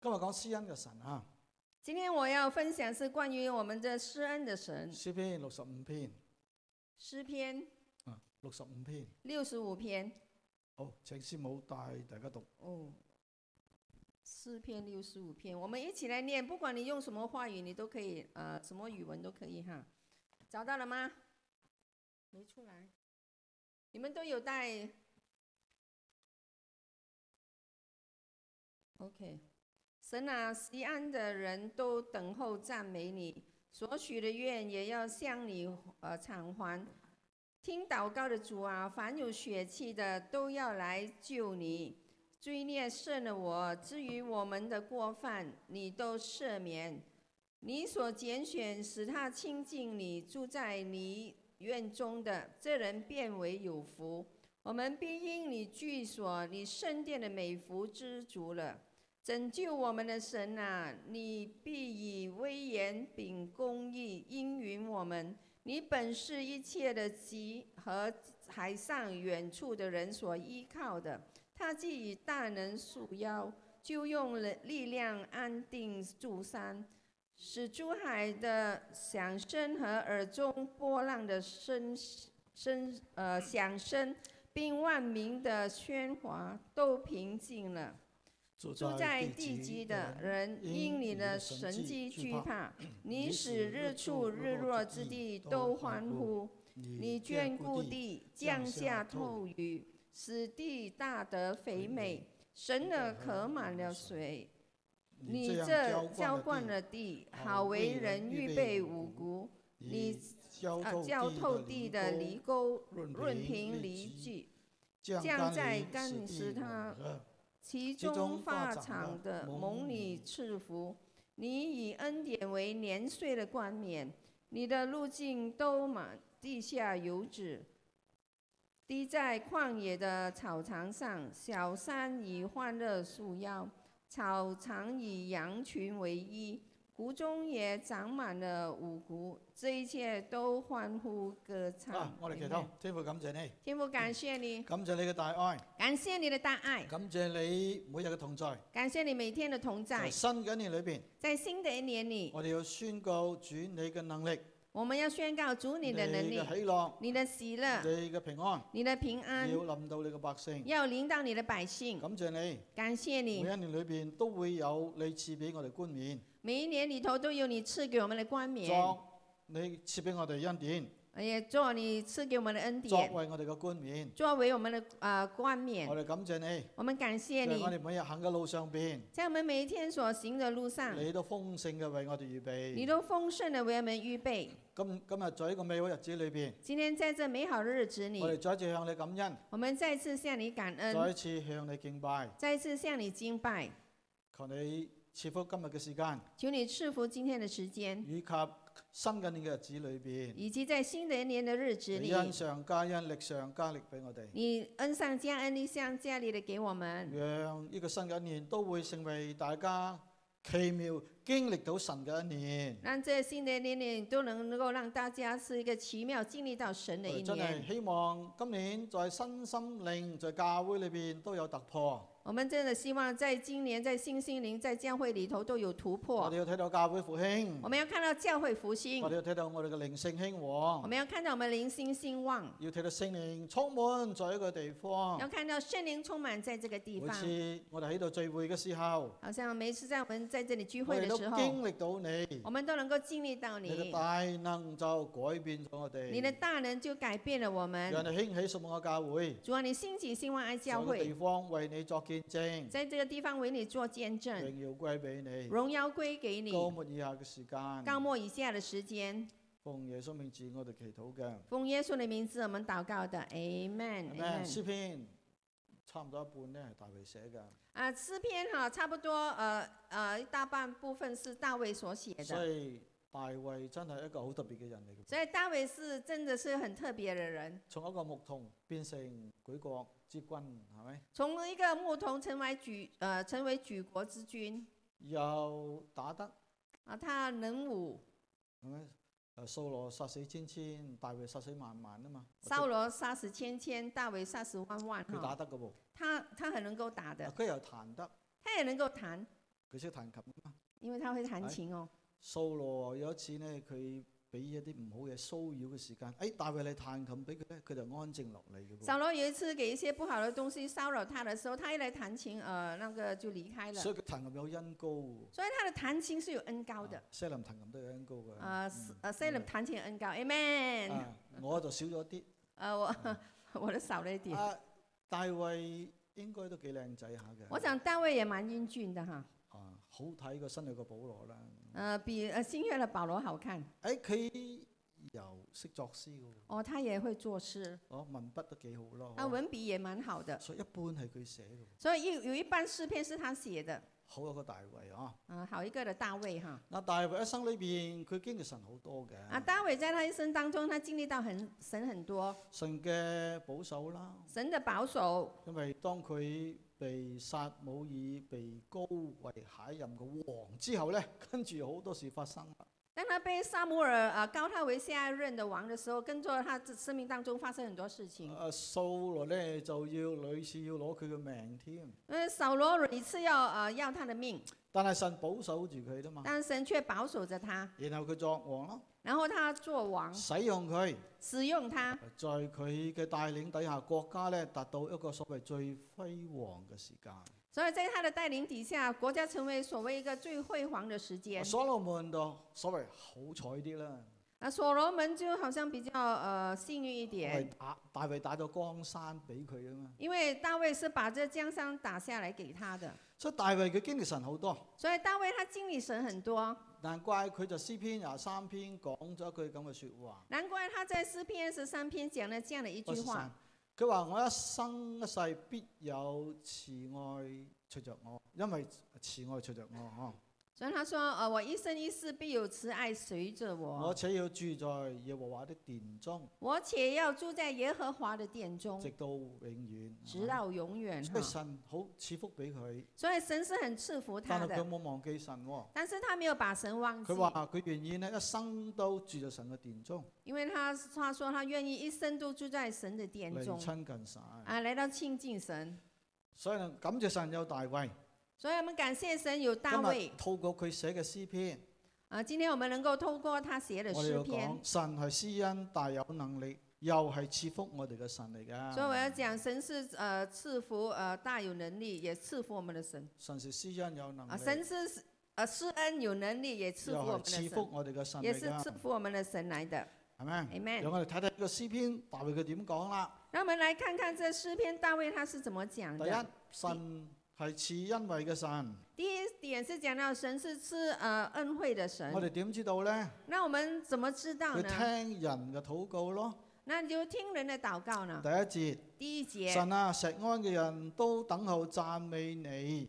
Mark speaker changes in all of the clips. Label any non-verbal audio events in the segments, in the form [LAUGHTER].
Speaker 1: 今日講施恩嘅神啊，
Speaker 2: 今天我要分享是关于我们的施恩的神，
Speaker 1: 詩篇六十五篇
Speaker 2: 诗篇
Speaker 1: 啊，六十五篇。
Speaker 2: 六十五篇。
Speaker 1: 好，請師母帶大家讀。
Speaker 2: 哦，诗篇六十五篇，我们一起来念。不管你用什么话语，你都可以，呃，什么语文都可以哈。找到了吗？没出来。你们都有带？OK。神啊，西安的人都等候赞美你，所许的愿也要向你呃偿还。听祷告的主啊，凡有血气的都要来救你。罪孽胜了我，至于我们的过犯，你都赦免。你所拣选使他亲近你，住在你院中的这人变为有福。我们必因你居所、你圣殿的美福知足了。拯救我们的神啊，你必以威严秉公义应允我们。你本是一切的极和海上远处的人所依靠的，他既以大能束腰，就用了力量安定住山，使珠海的响声和耳中波浪的声声呃响声，并万民的喧哗都平静了。
Speaker 1: 住
Speaker 2: 住在地基的人因你的神迹惧怕，你使日出日落之地都欢呼。你眷顾地降下透雨，使地大得肥美。神的渴满了水，你这浇灌了地，好为人预备五谷。你啊浇透地的
Speaker 1: 犁
Speaker 2: 犁沟，润
Speaker 1: 润
Speaker 2: 平
Speaker 1: 平
Speaker 2: 犁
Speaker 1: 犁具，
Speaker 2: 具，
Speaker 1: 降在
Speaker 2: 降在
Speaker 1: 干
Speaker 2: 干
Speaker 1: 石
Speaker 2: 石
Speaker 1: 他
Speaker 2: 他
Speaker 1: 其
Speaker 2: 其
Speaker 1: 中
Speaker 2: 中
Speaker 1: 发
Speaker 2: 发
Speaker 1: 长
Speaker 2: 长
Speaker 1: 的
Speaker 2: 的
Speaker 1: 蒙
Speaker 2: 蒙
Speaker 1: 你
Speaker 2: 你赐福，你以恩典为年岁的冠冕，你的路径都满地下有指，滴在旷野的草场上，小山以欢乐束腰，草场以羊群为衣，谷中也长满了五谷，这一切都欢呼歌唱。
Speaker 1: 啊！我哋祈
Speaker 2: Amen
Speaker 1: 禱，天父感謝你，
Speaker 2: 天父感谢你，
Speaker 1: 感謝你嘅大愛，
Speaker 2: 感谢你的大爱，
Speaker 1: 感謝你每日嘅同在。
Speaker 2: 感谢你每天的同在
Speaker 1: 在。新嘅一年裏邊，
Speaker 2: 在新的一年里，
Speaker 1: 我哋要宣告主你嘅能力、
Speaker 2: 我们要宣告主你的能
Speaker 1: 你
Speaker 2: 力、啊
Speaker 1: 嘅喜樂、
Speaker 2: 你的喜乐、
Speaker 1: 你嘅平安，
Speaker 2: 你的平安
Speaker 1: 要，臨到你嘅百姓。
Speaker 2: 要临到你的百姓。
Speaker 1: 感謝你，
Speaker 2: 感谢
Speaker 1: 每一
Speaker 2: 你，
Speaker 1: 年裏邊都會有你賜俾我哋冠冕，
Speaker 2: 每一年里头都有你赐给我们的冠冕，
Speaker 1: 作你賜俾我哋恩典，
Speaker 2: 也做你赐给我们的恩
Speaker 1: 作
Speaker 2: 典，
Speaker 1: 為我哋嘅冠冕。
Speaker 2: 作为我们的呃冠冕
Speaker 1: 我。哋感謝你，
Speaker 2: 我们感谢
Speaker 1: 在
Speaker 2: 你
Speaker 1: 我，哋每日行嘅路上邊，
Speaker 2: 在我们每一天所行的路上，
Speaker 1: 你都豐盛嘅為我哋預
Speaker 2: 嗯你
Speaker 1: 備。
Speaker 2: 都丰盛的为我们预备。
Speaker 1: 今今日在呢個美好日子裏邊，
Speaker 2: 今天在这美好的日子
Speaker 1: 我
Speaker 2: 里，
Speaker 1: 哋再一次向你感恩，
Speaker 2: 我们再次向你感
Speaker 1: 再
Speaker 2: 恩，
Speaker 1: 一次向你敬拜。
Speaker 2: 再次向你敬拜。
Speaker 1: 求你賜福今日嘅時間，
Speaker 2: 求你赐福今天的时间。
Speaker 1: 以及新嘅年嘅日子裏邊，
Speaker 2: 以及在新的一年的日子
Speaker 1: 你
Speaker 2: 里，
Speaker 1: 恩上加恩，力上加力俾我哋，
Speaker 2: 你恩上加恩，力上加力的给我们，
Speaker 1: 讓呢個新嘅一年都會成為大家奇妙經歷到神嘅一年。
Speaker 2: 让这新的一年里都能够让大家是一个奇妙经历到神
Speaker 1: 我
Speaker 2: 的一
Speaker 1: 哋真
Speaker 2: 年
Speaker 1: 係。希望今年在新心靈、在教會裏邊都有突破。
Speaker 2: 我们真的希望在今年在新心灵在教会里头都有突
Speaker 1: 我
Speaker 2: 破
Speaker 1: 哋。要睇到教會復興。
Speaker 2: 我们要看到教会复兴
Speaker 1: 我，哋要睇到我哋嘅靈性興
Speaker 2: 我
Speaker 1: 旺，
Speaker 2: 们要看到我们灵心兴旺，
Speaker 1: 要睇到聖靈充滿在一個地方
Speaker 2: 要。看到圣灵充满在这个地
Speaker 1: 每
Speaker 2: 方。
Speaker 1: 次我哋喺度聚會嘅時候，
Speaker 2: 好像每次在我们在这里聚
Speaker 1: 我
Speaker 2: 会
Speaker 1: 哋
Speaker 2: 的
Speaker 1: 都
Speaker 2: 时候，
Speaker 1: 經歷到你，
Speaker 2: 我们都能够经历到
Speaker 1: 你嘅
Speaker 2: 你，
Speaker 1: 大能就改變咗我
Speaker 2: 你的
Speaker 1: 哋，
Speaker 2: 大能就改变了我
Speaker 1: 讓
Speaker 2: 们。
Speaker 1: 你興起信望嘅教會，
Speaker 2: 主啊，你兴起兴旺爱教
Speaker 1: 有個
Speaker 2: 会
Speaker 1: 地。方為你作見證，
Speaker 2: 在这个地方为你做见证，
Speaker 1: 榮耀歸俾你。
Speaker 2: 荣耀归给你。
Speaker 1: 高末以下嘅時間，
Speaker 2: 高末以下的时间，
Speaker 1: 奉耶穌名字我哋祈禱嘅。
Speaker 2: 奉耶稣的名字，我们祷告的
Speaker 1: 咩
Speaker 2: ，Amen。Amen。
Speaker 1: 詩篇差唔多一半咧係大衛寫嘅，
Speaker 2: 啊，诗篇哈，差不多呃呃，一大半部分是大卫所写
Speaker 1: 所
Speaker 2: 的，
Speaker 1: 以大衛真係一個好特別嘅人嚟嘅。
Speaker 2: 所以大卫是真的是很特别的人，
Speaker 1: 從一個牧童變成舉國之君，係咪？
Speaker 2: 从一个牧童成为举呃成为举国之君
Speaker 1: 又打得
Speaker 2: 啊，他能武，
Speaker 1: 係咪？誒，掃羅殺死千千，大衛殺死萬萬啊嘛。
Speaker 2: 扫羅杀死千千，大卫杀死万万
Speaker 1: 佢打啊
Speaker 2: 哈，
Speaker 1: 得嘅喎，
Speaker 2: 他他很能够打的，
Speaker 1: 佢又彈得，
Speaker 2: 他也能够弹，
Speaker 1: 佢識彈琴啊嘛。
Speaker 2: 因为他会弹
Speaker 1: 係
Speaker 2: 琴哦。
Speaker 1: 掃羅有一次呢，佢俾一啲唔好嘅騷擾嘅時間，誒、哎大衛你彈琴俾佢咧，佢就安靜落嚟嘅喎。
Speaker 2: 扫罗有一次给一些不好的东西骚扰他的时候，他一来弹琴，呃，那个就离开了。
Speaker 1: 所以佢彈琴有恩高喎。
Speaker 2: 所以他的弹琴是有恩高的
Speaker 1: 啊。西林彈琴都有恩高嘅。
Speaker 2: 呃，
Speaker 1: 嗯
Speaker 2: 呃，Salem 弹琴恩高，Amen。
Speaker 1: 啊我就少咗
Speaker 2: [LAUGHS]
Speaker 1: 啲。
Speaker 2: 呃，我我的少了一点。
Speaker 1: 啊，大衛應該都幾靚仔下嘅。
Speaker 2: 我想大卫也蛮英俊的哈，
Speaker 1: 啊，好睇過新約嘅保羅啦。
Speaker 2: 呃，比呃新约的保罗好看。
Speaker 1: 誒，佢又識作詩嘅喎，
Speaker 2: 哦，他也会作诗，
Speaker 1: 哦，文筆都幾好咯。
Speaker 2: 他啊文笔也蛮好的，
Speaker 1: 所以一般係佢寫嘅喎，
Speaker 2: 所以有有一半诗篇是他写的。
Speaker 1: 好有個大衛啊。
Speaker 2: 啊，好一个的大卫哈！
Speaker 1: 嗱，大衛一生裏邊，佢經歷神好多嘅。
Speaker 2: 啊，大卫在他一生当中，他经历到很神很多，
Speaker 1: 神嘅保守啦，
Speaker 2: 神的保守。
Speaker 1: 因為當佢被撒姆耳被高為下一任嘅王之後咧， [LAUGHS] 跟住好多事發生啦。
Speaker 2: 当他被撒母耳啊高他为下一任的王的时候，跟着他这生命当中发生很多事情。
Speaker 1: 啊，掃羅咧就要屢次要攞佢嘅命添，
Speaker 2: 呃，扫罗屡次要呃要他的命，
Speaker 1: 但係神保守住佢啫嘛。
Speaker 2: 但神却保守着他，
Speaker 1: 然後佢作王咯，
Speaker 2: 然后他做王，
Speaker 1: 使用佢，
Speaker 2: 使用他，
Speaker 1: 在佢嘅帶領底下，國家咧達到一個所謂最輝煌嘅時間。
Speaker 2: 所以在他的带领底下，国家成为所谓一个最辉煌的时间。
Speaker 1: 哦所羅門就所謂好彩啲啦，
Speaker 2: 啊，所罗门就好像比较呃幸运一
Speaker 1: 因
Speaker 2: 点
Speaker 1: 為，打
Speaker 2: 嗯
Speaker 1: 大衛打咗江山俾佢啊嘛。
Speaker 2: 因为大卫是把这江山打下来给他的，
Speaker 1: 所以大衛嘅經歷神好多，
Speaker 2: 所以大卫他经历神很多，
Speaker 1: 難怪佢就詩篇廿三篇講咗一句咁嘅説話。
Speaker 2: 难怪他在诗篇十三篇讲了这样的一句
Speaker 1: 我
Speaker 2: 话，
Speaker 1: 佢話：我一生一世必有慈愛隨着我，因為慈愛隨着我，嗬、
Speaker 2: 所以他说呃我一生一世必有慈爱随着
Speaker 1: 我
Speaker 2: 我，
Speaker 1: 且要住在耶和華的殿中，
Speaker 2: 我且要住在耶和华的殿中，
Speaker 1: 直到永遠。
Speaker 2: 嗯直到永远嗯
Speaker 1: 所
Speaker 2: 哈
Speaker 1: 以。神好賜福俾佢，
Speaker 2: 所以神是很赐福他
Speaker 1: 但係佢
Speaker 2: 的，
Speaker 1: 冇忘記神、喎。
Speaker 2: 但是他没有把神忘记
Speaker 1: 佢，話佢願意呢一生都住在神嘅殿中，
Speaker 2: 因为他他说他愿意一生都住在神的殿
Speaker 1: 嚟
Speaker 2: 中
Speaker 1: 親近神。
Speaker 2: 啊，来到亲近神。
Speaker 1: 所以呢，感謝神有大衛，
Speaker 2: 所以我们感谢神有大
Speaker 1: 今
Speaker 2: 卫
Speaker 1: 日透過佢寫嘅詩篇。
Speaker 2: 啊！今天我们能够透过他写的
Speaker 1: 我哋
Speaker 2: 诗
Speaker 1: 要
Speaker 2: 篇
Speaker 1: 講，神係施恩大有能力，又係賜福我哋嘅神嚟㗎。
Speaker 2: 所以我要讲神是呃赐福呃大有能力，也赐福我们的神
Speaker 1: 神是施恩有能
Speaker 2: 啊！
Speaker 1: 力，
Speaker 2: 神是呃施恩有能力，也赐
Speaker 1: 又
Speaker 2: 福我
Speaker 1: 係
Speaker 2: 们的
Speaker 1: 賜福
Speaker 2: 神，
Speaker 1: 我哋嘅神
Speaker 2: 也
Speaker 1: 嚟
Speaker 2: 是赐
Speaker 1: 㗎，
Speaker 2: 福我们的神来的。
Speaker 1: 係咪？
Speaker 2: Amen
Speaker 1: 讓我哋睇睇呢個詩篇大衛佢點講啦。
Speaker 2: 那我们来看看这诗篇大卫他是怎么讲
Speaker 1: 第
Speaker 2: 的。
Speaker 1: 一，神係賜恩惠嘅神，
Speaker 2: 第一点是讲到神是赐呃恩惠的神啊
Speaker 1: 我，哋點知道呢？
Speaker 2: 那我们怎么知道
Speaker 1: 佢
Speaker 2: 呢？
Speaker 1: 聽人嘅禱告咯。
Speaker 2: 那你就听人的祷告呢。
Speaker 1: 第一
Speaker 2: 第一
Speaker 1: 節，
Speaker 2: 节，
Speaker 1: 神啊，石安嘅人都等候讚美你。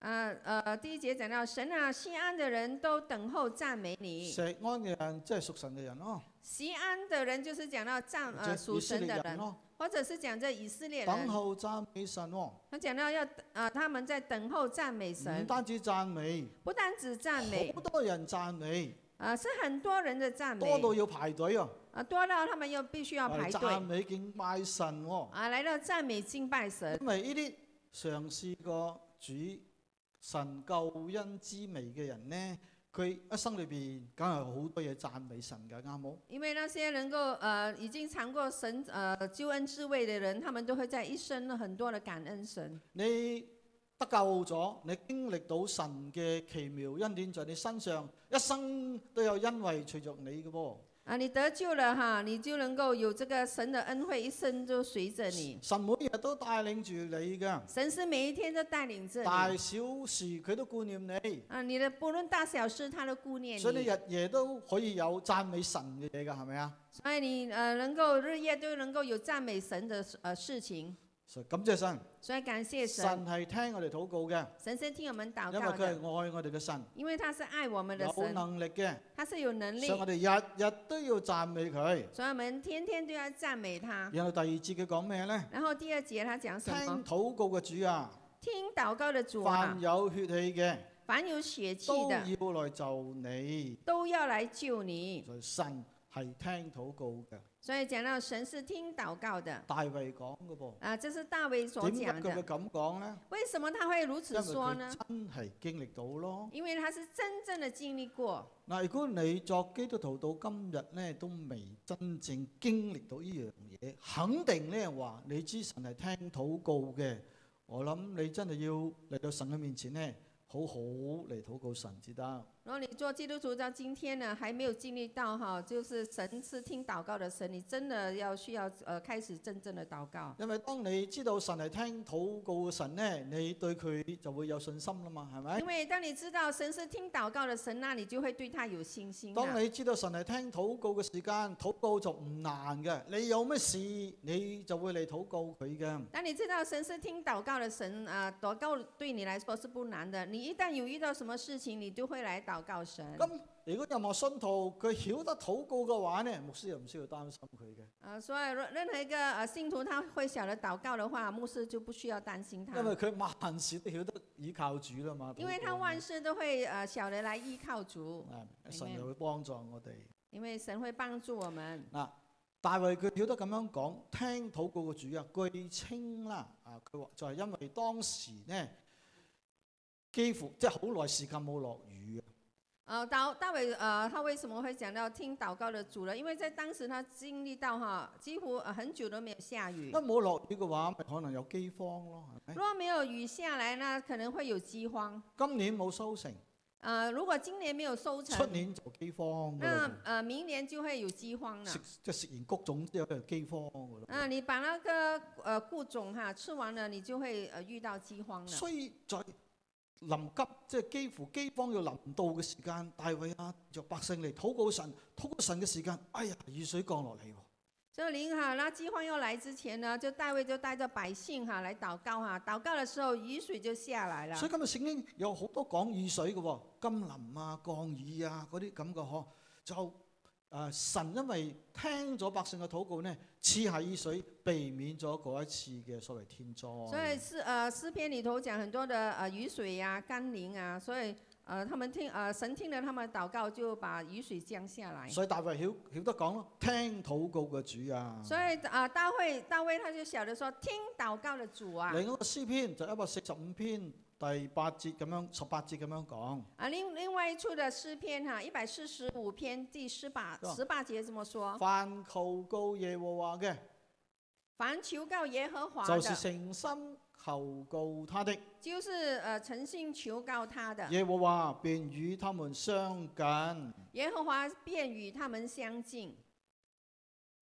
Speaker 2: 呃呃，第一节讲到神啊，西安的人都等候赞美你。
Speaker 1: 石安嘅人即係屬神嘅人咯，
Speaker 2: 西安的人就是讲到赞
Speaker 1: 即
Speaker 2: 呃
Speaker 1: 係以
Speaker 2: 属
Speaker 1: 色
Speaker 2: 神
Speaker 1: 列
Speaker 2: 的
Speaker 1: 人
Speaker 2: 人，
Speaker 1: 咯，
Speaker 2: 或者是讲这以色列
Speaker 1: 等
Speaker 2: 人，
Speaker 1: 候讚美神喎。
Speaker 2: 他讲到要呃他们在等候赞美
Speaker 1: 唔
Speaker 2: 神，
Speaker 1: 單止讚美，
Speaker 2: 不单只赞美
Speaker 1: 好，多人讚美，
Speaker 2: 呃是很多人的赞美
Speaker 1: 多，到要排隊啊！
Speaker 2: 啊多到他们又必须要
Speaker 1: 我哋
Speaker 2: 排
Speaker 1: 讚
Speaker 2: 队
Speaker 1: 美敬拜神喎、
Speaker 2: 啊来到赞美敬拜神。
Speaker 1: 因為呢啲嘗試過主神救恩之味嘅人呢，佢一生裏邊梗係好多嘢讚美神㗎，啱冇？
Speaker 2: 因为那些能够呃已经尝过神呃救恩之味的人，他们都会在一生很多的感恩神。
Speaker 1: 你得救咗，你經歷到神嘅奇妙恩典在你身上，一生都有恩惠隨着你嘅噃。
Speaker 2: 啊，你得救了哈，你就能够有这个神的恩惠，一生就随着你。
Speaker 1: 神每日都帶領住你㗎，
Speaker 2: 神是每一天都带领着
Speaker 1: 大
Speaker 2: 你
Speaker 1: 小事佢都顧念你。
Speaker 2: 啊，你的不论大小事，他都顾念
Speaker 1: 所以你
Speaker 2: 你。
Speaker 1: 日夜都可以有讚美神嘅嘢㗎，係咪啊？
Speaker 2: 所以你呃能够日夜都能够有赞美神的呃事情，
Speaker 1: 所以感謝神，
Speaker 2: 所以感谢神，
Speaker 1: 神係聽我哋禱告嘅，
Speaker 2: 神是听我们祷
Speaker 1: 因為
Speaker 2: 告
Speaker 1: 佢係
Speaker 2: 的，
Speaker 1: 愛我哋嘅神，
Speaker 2: 因为他是爱我们的
Speaker 1: 有
Speaker 2: 神，
Speaker 1: 能力嘅，
Speaker 2: 他是有能力
Speaker 1: 所以，我哋日日都要讚美佢。
Speaker 2: 所以我们天天都要赞美他。
Speaker 1: 然後第二節佢講咩呢？
Speaker 2: 然后第二节他讲什
Speaker 1: 聽
Speaker 2: 么？
Speaker 1: 禱告嘅主啊，
Speaker 2: 听祷告的主
Speaker 1: 凡
Speaker 2: 啊，
Speaker 1: 有血氣嘅
Speaker 2: 凡有血气
Speaker 1: 都
Speaker 2: 的
Speaker 1: 要來就你。
Speaker 2: 都要来救你。
Speaker 1: 所以神係聽禱告嘅。
Speaker 2: 所以讲到神是听祷告的
Speaker 1: 大衛講嘅噃，
Speaker 2: 啊，这是大卫所
Speaker 1: 點解
Speaker 2: 讲
Speaker 1: 佢會
Speaker 2: 的。
Speaker 1: 咁講呢？
Speaker 2: 为什么他会如
Speaker 1: 因為
Speaker 2: 此说
Speaker 1: 佢
Speaker 2: 呢？
Speaker 1: 真係經歷到咯。
Speaker 2: 因为他是真正的经历过。
Speaker 1: 嗱，如果你作基督徒到今日咧，都未真正經歷到呢樣嘢，肯定咧話你知神係聽禱告嘅。我諗你真係要嚟到神嘅面前咧，好好嚟禱告神至得。
Speaker 2: 如果你做基督徒到今天呢，还没有经历到哈，就是神是听祷告的神，你真的要需要呃开始真正的祷告。
Speaker 1: 因為當你知道神係聽禱告嘅神咧，你對佢就會有信心啦嘛，係咪
Speaker 2: 因？为当你知道神是听祷告的神，那你就会对他有信心啊
Speaker 1: 當
Speaker 2: 了。
Speaker 1: 你知道神係聽禱告嘅時間，禱告就唔難嘅。你有咩事，你就會嚟禱告佢嘅。
Speaker 2: 当你知道神是听祷告的神啊、呃祷告对你来说是不难的。你一旦有遇到什么事情，你就会来祷告神。
Speaker 1: 咁如果任何信徒佢曉得禱告嘅話咧，牧師又唔需要擔心佢嘅，
Speaker 2: 啊，所以若任何一个呃信徒他会晓得祷告的话，牧师就不需要担心他
Speaker 1: 因，為佢萬事都曉得倚靠主啦嘛。
Speaker 2: 因为他
Speaker 1: 禱告
Speaker 2: 万事都会呃晓得来依靠主，
Speaker 1: 啊神
Speaker 2: Amen
Speaker 1: 就會幫助我哋。
Speaker 2: 因为神会帮助我们。
Speaker 1: 嗱，大衛佢曉得咁樣講，聽禱告嘅主啊，據稱啦，啊，佢話就係因為當時呢，幾乎即係好耐時間冇落雨啊，
Speaker 2: 呃，大大卫呃，他为什么会讲到听祷告的主呢？因为在当时他经历到哈，几乎、呃、很久都没有下雨
Speaker 1: 一。冇落雨嘅話，咪可能有饑荒咯，係咪？
Speaker 2: 如果没有雨下来呢，可能会有饥荒。
Speaker 1: 今年冇收成，
Speaker 2: 呃，如果今年没有收
Speaker 1: 出
Speaker 2: 成，
Speaker 1: 年就饑荒㗎
Speaker 2: 那
Speaker 1: 啦
Speaker 2: 呃明年就会有饥荒
Speaker 1: 喎，
Speaker 2: 了
Speaker 1: 食。即係食完谷種之後就饑荒㗎啦
Speaker 2: 啊，你把那个呃顾种哈吃完了，你就会呃遇到饥荒
Speaker 1: 喎。
Speaker 2: 了。
Speaker 1: 所以在臨急即係幾乎饑荒要臨到嘅時間，大衛啊，就百姓嚟禱告神，禱告神嘅時間，哎呀，雨水降落嚟喎。
Speaker 2: 所以您哈，那饥荒要来之前呢，就大卫就带着百姓哈来祷告哈，祷告的时候雨水就下来了
Speaker 1: 所。以今日聖經有好多講雨水嘅喎、甘霖啊、降雨啊嗰啲咁嘅嗬，就誒、呃神因為聽咗百姓嘅禱告呢，賜下雨水，避免咗嗰一次嘅所謂天災。
Speaker 2: 所以诗呃诗篇里头讲很多的呃雨水呀、甘霖啊，所以呃他们听呃神听了他们的祷告，就把雨水降下来。
Speaker 1: 所以大衛曉曉得講咯，聽禱告嘅主啊。
Speaker 2: 所以啊、呃大卫大卫他就晓得说，听祷告的主啊，
Speaker 1: 另一個詩篇就一百四十五篇第八節咁樣，十八節咁樣講，
Speaker 2: 啊另另外一处的诗篇哈一百四十五篇第十八
Speaker 1: 是吧
Speaker 2: 十八节这么说：
Speaker 1: 凡求告耶和華嘅，
Speaker 2: 凡求告耶和华的，
Speaker 1: 就
Speaker 2: 就是是
Speaker 1: 誠心求告他的。
Speaker 2: 呃诚信求告他的，
Speaker 1: 耶和華便與他們相近。
Speaker 2: 耶和华便与他们相近。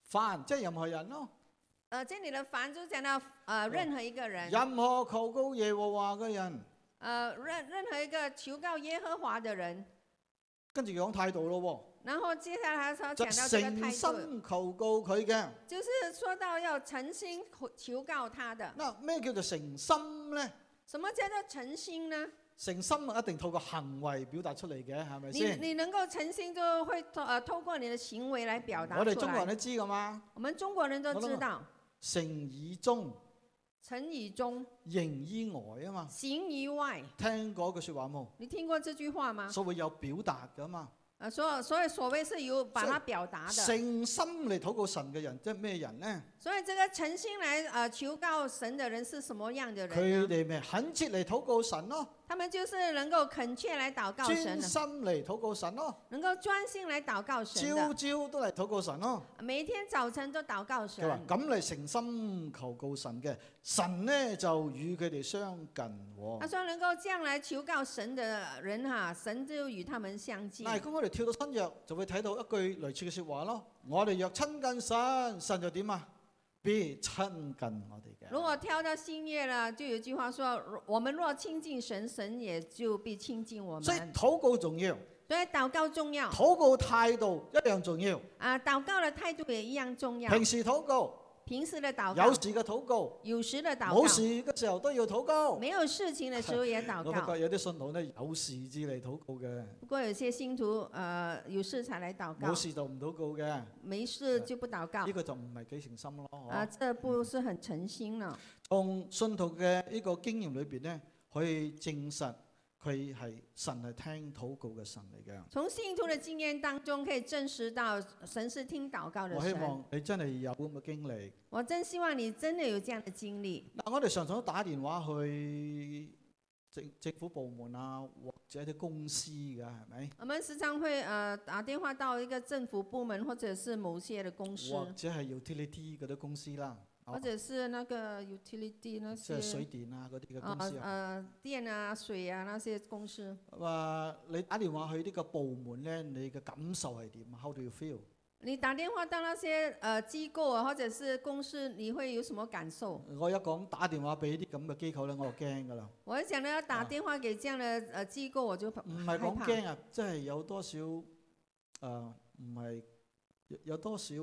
Speaker 1: 凡即係任何人咯，
Speaker 2: 呃，这里的凡就讲到呃任何一个人。
Speaker 1: 任何求告耶和華嘅人，
Speaker 2: 呃，任任何一个求告耶和华的人，
Speaker 1: 跟住講態度咯
Speaker 2: 然后接下来
Speaker 1: 喎，
Speaker 2: 他
Speaker 1: 就
Speaker 2: 讲到这个
Speaker 1: 誠
Speaker 2: 态度，
Speaker 1: 心求告佢嘅。
Speaker 2: 就是说到要诚心求求告他的。
Speaker 1: 嗱，咩叫做誠心咧？
Speaker 2: 什么叫做诚心呢？
Speaker 1: 誠心一定透過行為表達出嚟嘅，係咪
Speaker 2: 你
Speaker 1: 先？
Speaker 2: 你能够诚心，就会透呃透过你的行为来表达
Speaker 1: 我哋
Speaker 2: 出
Speaker 1: 中國人
Speaker 2: 来。
Speaker 1: 都知噶嘛，
Speaker 2: 我们中国人都知道，
Speaker 1: 誠以中，
Speaker 2: 诚以中，
Speaker 1: 形以外啊嘛。
Speaker 2: 行以外。
Speaker 1: 聽過句説話冇？
Speaker 2: 你听过这句话吗？
Speaker 1: 所謂有表達噶嘛。
Speaker 2: 呃，所所以所谓是有把
Speaker 1: 所以
Speaker 2: 它表达的，
Speaker 1: 誠心嚟禱告神嘅人，即係咩人咧？
Speaker 2: 所以这个诚心来呃求告神的人是什么样的
Speaker 1: 佢
Speaker 2: 人呢？
Speaker 1: 哋咪懇切嚟禱告神咯，
Speaker 2: 他们就是能够恳切来祷告
Speaker 1: 專
Speaker 2: 神啊的。
Speaker 1: 心嚟禱告神咯。
Speaker 2: 能够专心来祷告神啊
Speaker 1: 朝
Speaker 2: 的，
Speaker 1: 朝都嚟禱告神咯。
Speaker 2: 每一天早晨都祷告神啊
Speaker 1: 佢。話：咁嚟誠心求告神嘅，神呢就與佢哋相近
Speaker 2: 他
Speaker 1: 喎。
Speaker 2: 说，能够这样来求告神的人哈、神就与他们相近。
Speaker 1: 嗱，如果我哋跳到新約，就會睇到一句類似嘅説話咯。我哋若親近神，神就點啊？必親近我哋
Speaker 2: 如
Speaker 1: 嘅。
Speaker 2: 果挑到新月了，就有句话说：如我们若亲近神，神也就必亲近我
Speaker 1: 所以
Speaker 2: 们。
Speaker 1: 禱告重要，
Speaker 2: 所以祷告重要
Speaker 1: 禱告態度一樣重要。
Speaker 2: 啊，祷告的态度也一样重要。
Speaker 1: 平時禱告，
Speaker 2: 平时的祷
Speaker 1: 有
Speaker 2: 告，
Speaker 1: 時嘅禱告，
Speaker 2: 有时的祷
Speaker 1: 冇事
Speaker 2: 告，
Speaker 1: 嘅時候都要禱告。
Speaker 2: 没有事情的
Speaker 1: [LAUGHS]
Speaker 2: 时候也祷
Speaker 1: 我發
Speaker 2: 告。
Speaker 1: 覺有啲信徒呢，有事至嚟禱告嘅，
Speaker 2: 不过有些信徒呃有事才来祷告
Speaker 1: 冇，事就唔禱告嘅，呢
Speaker 2: 没事就不祷告
Speaker 1: 個就唔係幾誠心咯。嗬
Speaker 2: 啊，这不是很诚心了。哦
Speaker 1: 從信徒嘅呢個經驗裏邊咧，可以證實佢係神係聽禱告嘅神嚟嘅。
Speaker 2: 从信徒的经验当中，可以证实到神是听祷告的
Speaker 1: 我希
Speaker 2: 神。
Speaker 1: 望你真係有咁嘅經歷。
Speaker 2: 我真希望你真的有这样的经历。
Speaker 1: 嗱，我哋常常都打電話去政政府部門啊，或者啲公司㗎，係咪？
Speaker 2: 我们时常会呃打电话到一个政府部门，或者是某些的公司，
Speaker 1: 或者係 utility 嗰啲公司啦，
Speaker 2: 或者是那个 utility 那
Speaker 1: 即
Speaker 2: 些
Speaker 1: 係水電啊嗰啲嘅
Speaker 2: 啊
Speaker 1: 公司啊。
Speaker 2: 呃电啊、水啊那些公司。
Speaker 1: 咁啊，你打電話去呢個部門咧，你嘅感受係點啊？How do you feel？
Speaker 2: 你打电话到那些呃机构啊，或者是公司，你会有什么感受？
Speaker 1: 我一講打電話俾啲咁嘅機構咧，我就驚㗎啦。
Speaker 2: 我一想到要打
Speaker 1: 啊
Speaker 2: 电话给这样的呃机构，我就
Speaker 1: 唔係
Speaker 2: 害
Speaker 1: 講
Speaker 2: 怕
Speaker 1: 驚啊，即係有多少誒唔係有有多少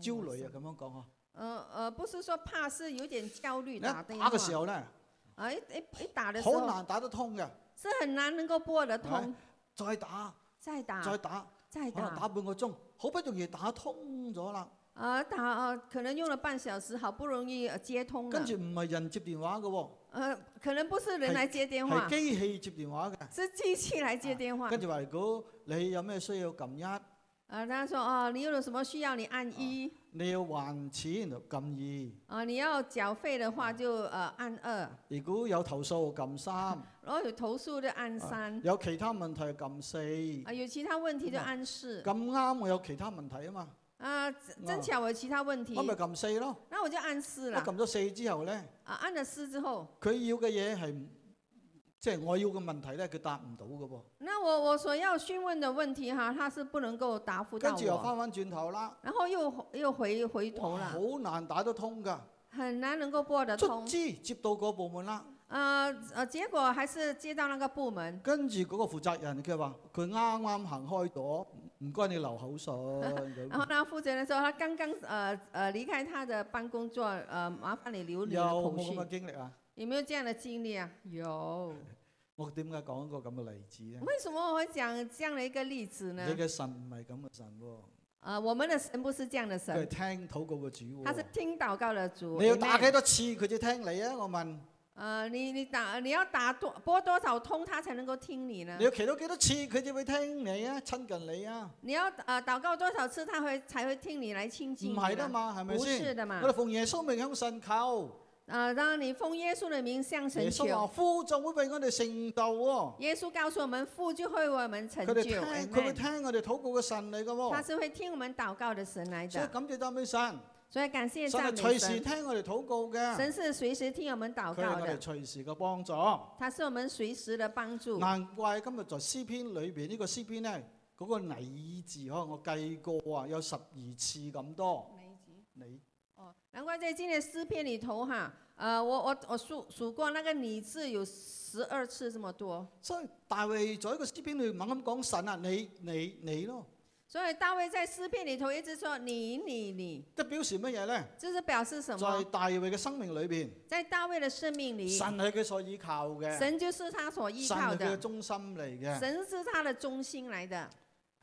Speaker 1: 焦慮啊？咁樣講呵。
Speaker 2: 呃呃，不是说怕，是有点焦虑
Speaker 1: 你一
Speaker 2: 打
Speaker 1: 打
Speaker 2: 电话。
Speaker 1: 嘅時候咧，
Speaker 2: 啊，一一一打的时
Speaker 1: 好
Speaker 2: 候
Speaker 1: 難打得通嘅，
Speaker 2: 是很难能够拨得
Speaker 1: 哎
Speaker 2: 通，
Speaker 1: 再打
Speaker 2: 再打
Speaker 1: 再打，
Speaker 2: 再
Speaker 1: 可能
Speaker 2: 打，
Speaker 1: 打半個鐘，好不容易打通咗啦，
Speaker 2: 呃打呃可能用了半小时，好不容易呃接通
Speaker 1: 跟
Speaker 2: 了，
Speaker 1: 住唔係人接電話嘅
Speaker 2: 呃可能不是人
Speaker 1: 係
Speaker 2: 来接电
Speaker 1: 喎，係，
Speaker 2: 话
Speaker 1: 機器接電話嘅。
Speaker 2: 是机器来接
Speaker 1: 啊
Speaker 2: 电话
Speaker 1: 跟。住話如果你有咩需要撳一，
Speaker 2: 呃，他说哦，你有什么需要你按一，
Speaker 1: 你要還錢就撳
Speaker 2: 啊你要缴费的话就呃按二，
Speaker 1: 二，如果有投訴撳三，
Speaker 2: 然后有投诉就按
Speaker 1: 啊
Speaker 2: 三，
Speaker 1: 有其他問題撳四，咁
Speaker 2: 啊有其他问题就
Speaker 1: 嗯
Speaker 2: 按四，
Speaker 1: 啱我有其他問題啊嘛。
Speaker 2: 啊
Speaker 1: 啊
Speaker 2: 真巧我有其他问题
Speaker 1: 我，咪撳四咯，
Speaker 2: 那我就按四
Speaker 1: 我
Speaker 2: 了，
Speaker 1: 撳咗四之後咧，
Speaker 2: 啊按了四之后。
Speaker 1: 佢要嘅嘢係唔即係我要嘅問題咧，佢答唔到嘅喎。
Speaker 2: 那我我所要询问的问题哈，他是不能够答复到
Speaker 1: 跟住又
Speaker 2: 我，
Speaker 1: 翻翻轉頭啦，
Speaker 2: 然后又又回回头
Speaker 1: 哇
Speaker 2: 了，
Speaker 1: 好難打得通㗎。
Speaker 2: 很难能够拨得
Speaker 1: 卒
Speaker 2: 通。
Speaker 1: 之接到個部門啦，
Speaker 2: 呃呃，结果还是接到那个部门，
Speaker 1: 跟住嗰個負責人佢話：佢啱啱行開咗，唔該你流
Speaker 2: [LAUGHS]
Speaker 1: 口水
Speaker 2: 然后
Speaker 1: 咁。
Speaker 2: 那负责人说他刚刚呃呃离开他的办公桌，呃麻烦你留你
Speaker 1: 有
Speaker 2: 的口
Speaker 1: 冇咁
Speaker 2: 讯
Speaker 1: 嘅。經歷啊？
Speaker 2: 有没有这样的经历啊？有。
Speaker 1: 我點解講一個咁嘅例子咧？
Speaker 2: 为什么我会讲这样的一个例子呢
Speaker 1: 你？嘅神唔係咁嘅神喎，
Speaker 2: 呃，我们的神不是这样的
Speaker 1: 佢係
Speaker 2: 神，
Speaker 1: 聽禱告嘅主
Speaker 2: 他是
Speaker 1: 喎。
Speaker 2: 听祷告的主。
Speaker 1: 你要打
Speaker 2: Amen
Speaker 1: 幾多次佢先聽你啊？我問
Speaker 2: 呃，你你打你要打多拨多少通，他才能够听你呢
Speaker 1: 你？要祈禱幾多次佢先會聽你啊？親近你啊？
Speaker 2: 你要呃祷告多少次，他会才会听你来亲近
Speaker 1: 唔
Speaker 2: 你
Speaker 1: 係啦
Speaker 2: 呢？
Speaker 1: 嘛，係咪
Speaker 2: 啊不是
Speaker 1: 先？
Speaker 2: 的嘛
Speaker 1: 我。哋奉耶穌名向神求，
Speaker 2: 呃，当你奉耶稣的名向
Speaker 1: 耶
Speaker 2: 神
Speaker 1: 穌話
Speaker 2: 求，
Speaker 1: 父就會為我哋成就喎。
Speaker 2: 耶稣告诉我们，父就会为我们成
Speaker 1: 佢哋
Speaker 2: 就
Speaker 1: 聽，佢會
Speaker 2: ，Amen。
Speaker 1: 聽我哋禱告嘅神嚟嘅
Speaker 2: 他
Speaker 1: 喎。
Speaker 2: 是会听我们祷告的神来
Speaker 1: 所以
Speaker 2: 的，
Speaker 1: 感謝讚美神，
Speaker 2: 所以感谢
Speaker 1: 神
Speaker 2: 赞
Speaker 1: 係
Speaker 2: 美
Speaker 1: 隨時
Speaker 2: 神。
Speaker 1: 聽我哋禱告嘅，
Speaker 2: 神是隨時聽我們禱
Speaker 1: 佢係
Speaker 2: 告
Speaker 1: 我哋
Speaker 2: 的，
Speaker 1: 隨時嘅幫助。
Speaker 2: 他是我們隨時的幫助。
Speaker 1: 難怪今日在詩篇裏邊呢個詩篇咧，嗰、個你字可能我計過啊，有十二次咁多。你
Speaker 2: 哦，难怪在今天诗篇里头哈，呃，我我我数数过那个你字有十二次这么多，
Speaker 1: 所以大衛在一個詩篇裏猛咁講神啊，你你你咯，
Speaker 2: 所以大卫在诗篇里头一直说你你你，
Speaker 1: 即係表示乜嘢咧？
Speaker 2: 这是表示什
Speaker 1: 在
Speaker 2: 么？
Speaker 1: 大衛嘅生命裏邊，
Speaker 2: 在大卫的生命里，
Speaker 1: 神係佢所依靠嘅，神
Speaker 2: 神就是他所依靠
Speaker 1: 係佢嘅
Speaker 2: 的，
Speaker 1: 中心嚟嘅，
Speaker 2: 神是他的中心来的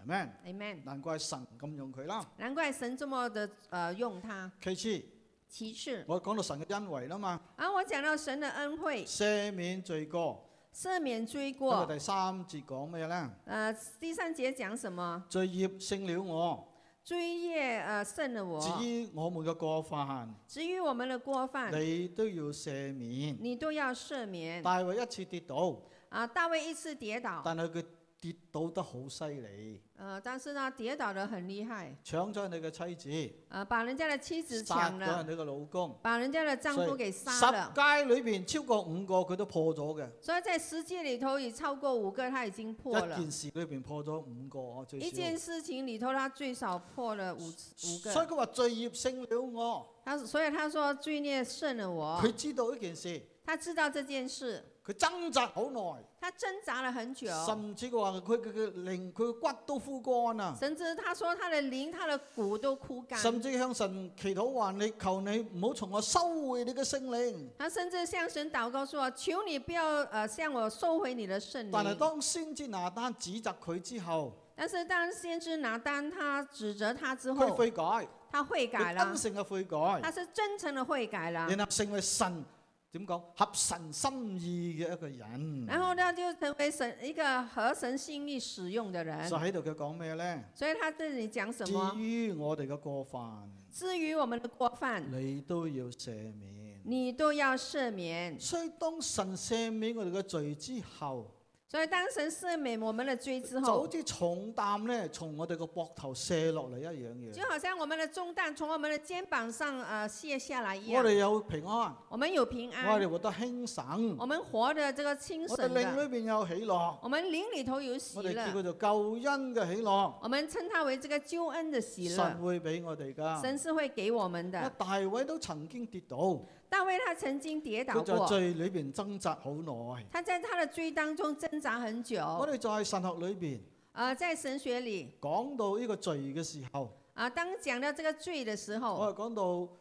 Speaker 1: 係咪？
Speaker 2: ，Amen。
Speaker 1: 難怪神咁用佢啦。
Speaker 2: 难怪神这么的呃用他。
Speaker 1: 其次。
Speaker 2: 其次
Speaker 1: 我講到神嘅恩惠啦嘛，
Speaker 2: 啊，我讲到神的恩惠，
Speaker 1: 赦免罪過。
Speaker 2: 赦免追
Speaker 1: 因為
Speaker 2: 过。
Speaker 1: 啊第三節講咩咧？
Speaker 2: 呃，第三节讲什么？
Speaker 1: 罪孽勝了我，
Speaker 2: 追夜呃胜了
Speaker 1: 至
Speaker 2: 我，
Speaker 1: 於我們嘅過犯，
Speaker 2: 至于我们的过犯，
Speaker 1: 你都要赦免。
Speaker 2: 你都要赦免。
Speaker 1: 大衛一次跌倒，
Speaker 2: 啊，大卫一次跌倒，
Speaker 1: 但係佢跌倒得好犀利，
Speaker 2: 呃，但是呢，跌倒的很厉害，
Speaker 1: 搶咗人哋嘅妻
Speaker 2: 呃，把人家的妻子
Speaker 1: 子，殺
Speaker 2: 抢
Speaker 1: 咗
Speaker 2: 了
Speaker 1: 人，哋嘅老公。
Speaker 2: 把人家的丈夫给
Speaker 1: 十
Speaker 2: 杀了。
Speaker 1: 戒裏邊超過五個佢都破咗嘅，
Speaker 2: 所以在十诫里头也超过五个，他已经破
Speaker 1: 一
Speaker 2: 了。
Speaker 1: 件事裏邊破咗五個，我最
Speaker 2: 一
Speaker 1: 少
Speaker 2: 件。事情里头，他最少破了五次五
Speaker 1: 所以
Speaker 2: 个。
Speaker 1: 佢話罪孽勝了我，
Speaker 2: 他所以他说罪孽胜了我，
Speaker 1: 佢知道呢件事，
Speaker 2: 他知道这件事，
Speaker 1: 佢掙扎好耐。
Speaker 2: 他挣扎了很久，
Speaker 1: 甚至佢話佢佢佢令佢骨都枯乾啊！
Speaker 2: 甚至他说他的灵、他的骨都枯干。
Speaker 1: 甚至向神祈禱話：你求你唔好從我收回你嘅聖靈。
Speaker 2: 他甚至向神祷告说：“求你不要呃向我收回你的圣
Speaker 1: 但係
Speaker 2: 灵。
Speaker 1: 當先知拿單指責佢之後，”
Speaker 2: 但是当先知拿单他指责他之
Speaker 1: 佢
Speaker 2: 后，
Speaker 1: 悔改，
Speaker 2: 他悔改
Speaker 1: 佢
Speaker 2: 了
Speaker 1: 真，誠嘅悔改，
Speaker 2: 啊他是真诚的悔改了，
Speaker 1: 然後成為神點講合神心意嘅一個人。
Speaker 2: 然后呢，就成为神一个合神心意使用的人
Speaker 1: 就。喺度佢講咩咧？
Speaker 2: 所以他这里讲啊什啊
Speaker 1: 至
Speaker 2: 么？
Speaker 1: 於我哋嘅過犯，
Speaker 2: 至于我们的过犯，
Speaker 1: 你都要赦免。
Speaker 2: 你都要赦免。
Speaker 1: 所以當神赦免我哋嘅罪之後，
Speaker 2: 所以当神赦免我们的罪之
Speaker 1: 就
Speaker 2: 后
Speaker 1: 好，似重擔咧從我哋個膊頭卸落嚟一樣嘢。
Speaker 2: 就好像我们的重担从我们的肩膀上呃卸下来一
Speaker 1: 我
Speaker 2: 样
Speaker 1: 哋，有平安，
Speaker 2: 我们有平
Speaker 1: 我
Speaker 2: 安，
Speaker 1: 哋活得輕省，
Speaker 2: 我们活得这个轻
Speaker 1: 我哋
Speaker 2: 省
Speaker 1: 靈
Speaker 2: 的，
Speaker 1: 裏边有喜樂，
Speaker 2: 我们灵里头有喜
Speaker 1: 我哋叫佢
Speaker 2: 乐，
Speaker 1: 做救恩嘅喜樂。
Speaker 2: 我们称它为这个救恩的喜
Speaker 1: 神
Speaker 2: 乐，
Speaker 1: 會俾我哋噶。
Speaker 2: 神是会给我们
Speaker 1: 啊
Speaker 2: 的。
Speaker 1: 大衛都曾經跌倒，
Speaker 2: 大卫他曾经跌倒
Speaker 1: 佢在
Speaker 2: 过，
Speaker 1: 罪裏边掙扎好耐。
Speaker 2: 他在他的罪当中挣扎很
Speaker 1: 我
Speaker 2: 久。
Speaker 1: 哋就喺神學裏边
Speaker 2: 呃，在神学里，
Speaker 1: 講到呢個罪嘅時候，
Speaker 2: 啊，当讲到这个罪的时候，
Speaker 1: 我哋講到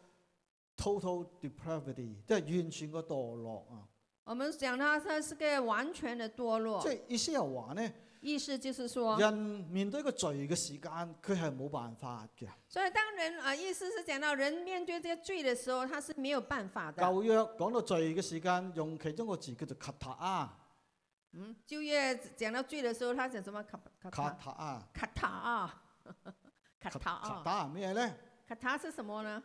Speaker 1: total depravity，即係完全嘅墮落啊！
Speaker 2: 我们讲到他是个完全的堕落
Speaker 1: 即，係意思又話呢，
Speaker 2: 意思就是说，
Speaker 1: 人面對一個罪嘅時間，佢係冇辦法嘅。
Speaker 2: 所以当人啊、意思是讲到人面对这个罪的时候，他是没有办法的。
Speaker 1: 舊約講到罪嘅時間，用其中個字叫做 kata 啊
Speaker 2: 嗯，就业讲到罪的时候，他讲什么？卡卡塔
Speaker 1: ，kata 啊
Speaker 2: 卡塔啊， [LAUGHS] 卡塔啊，
Speaker 1: ，kata 係咩咧？
Speaker 2: 卡塔是什么呢？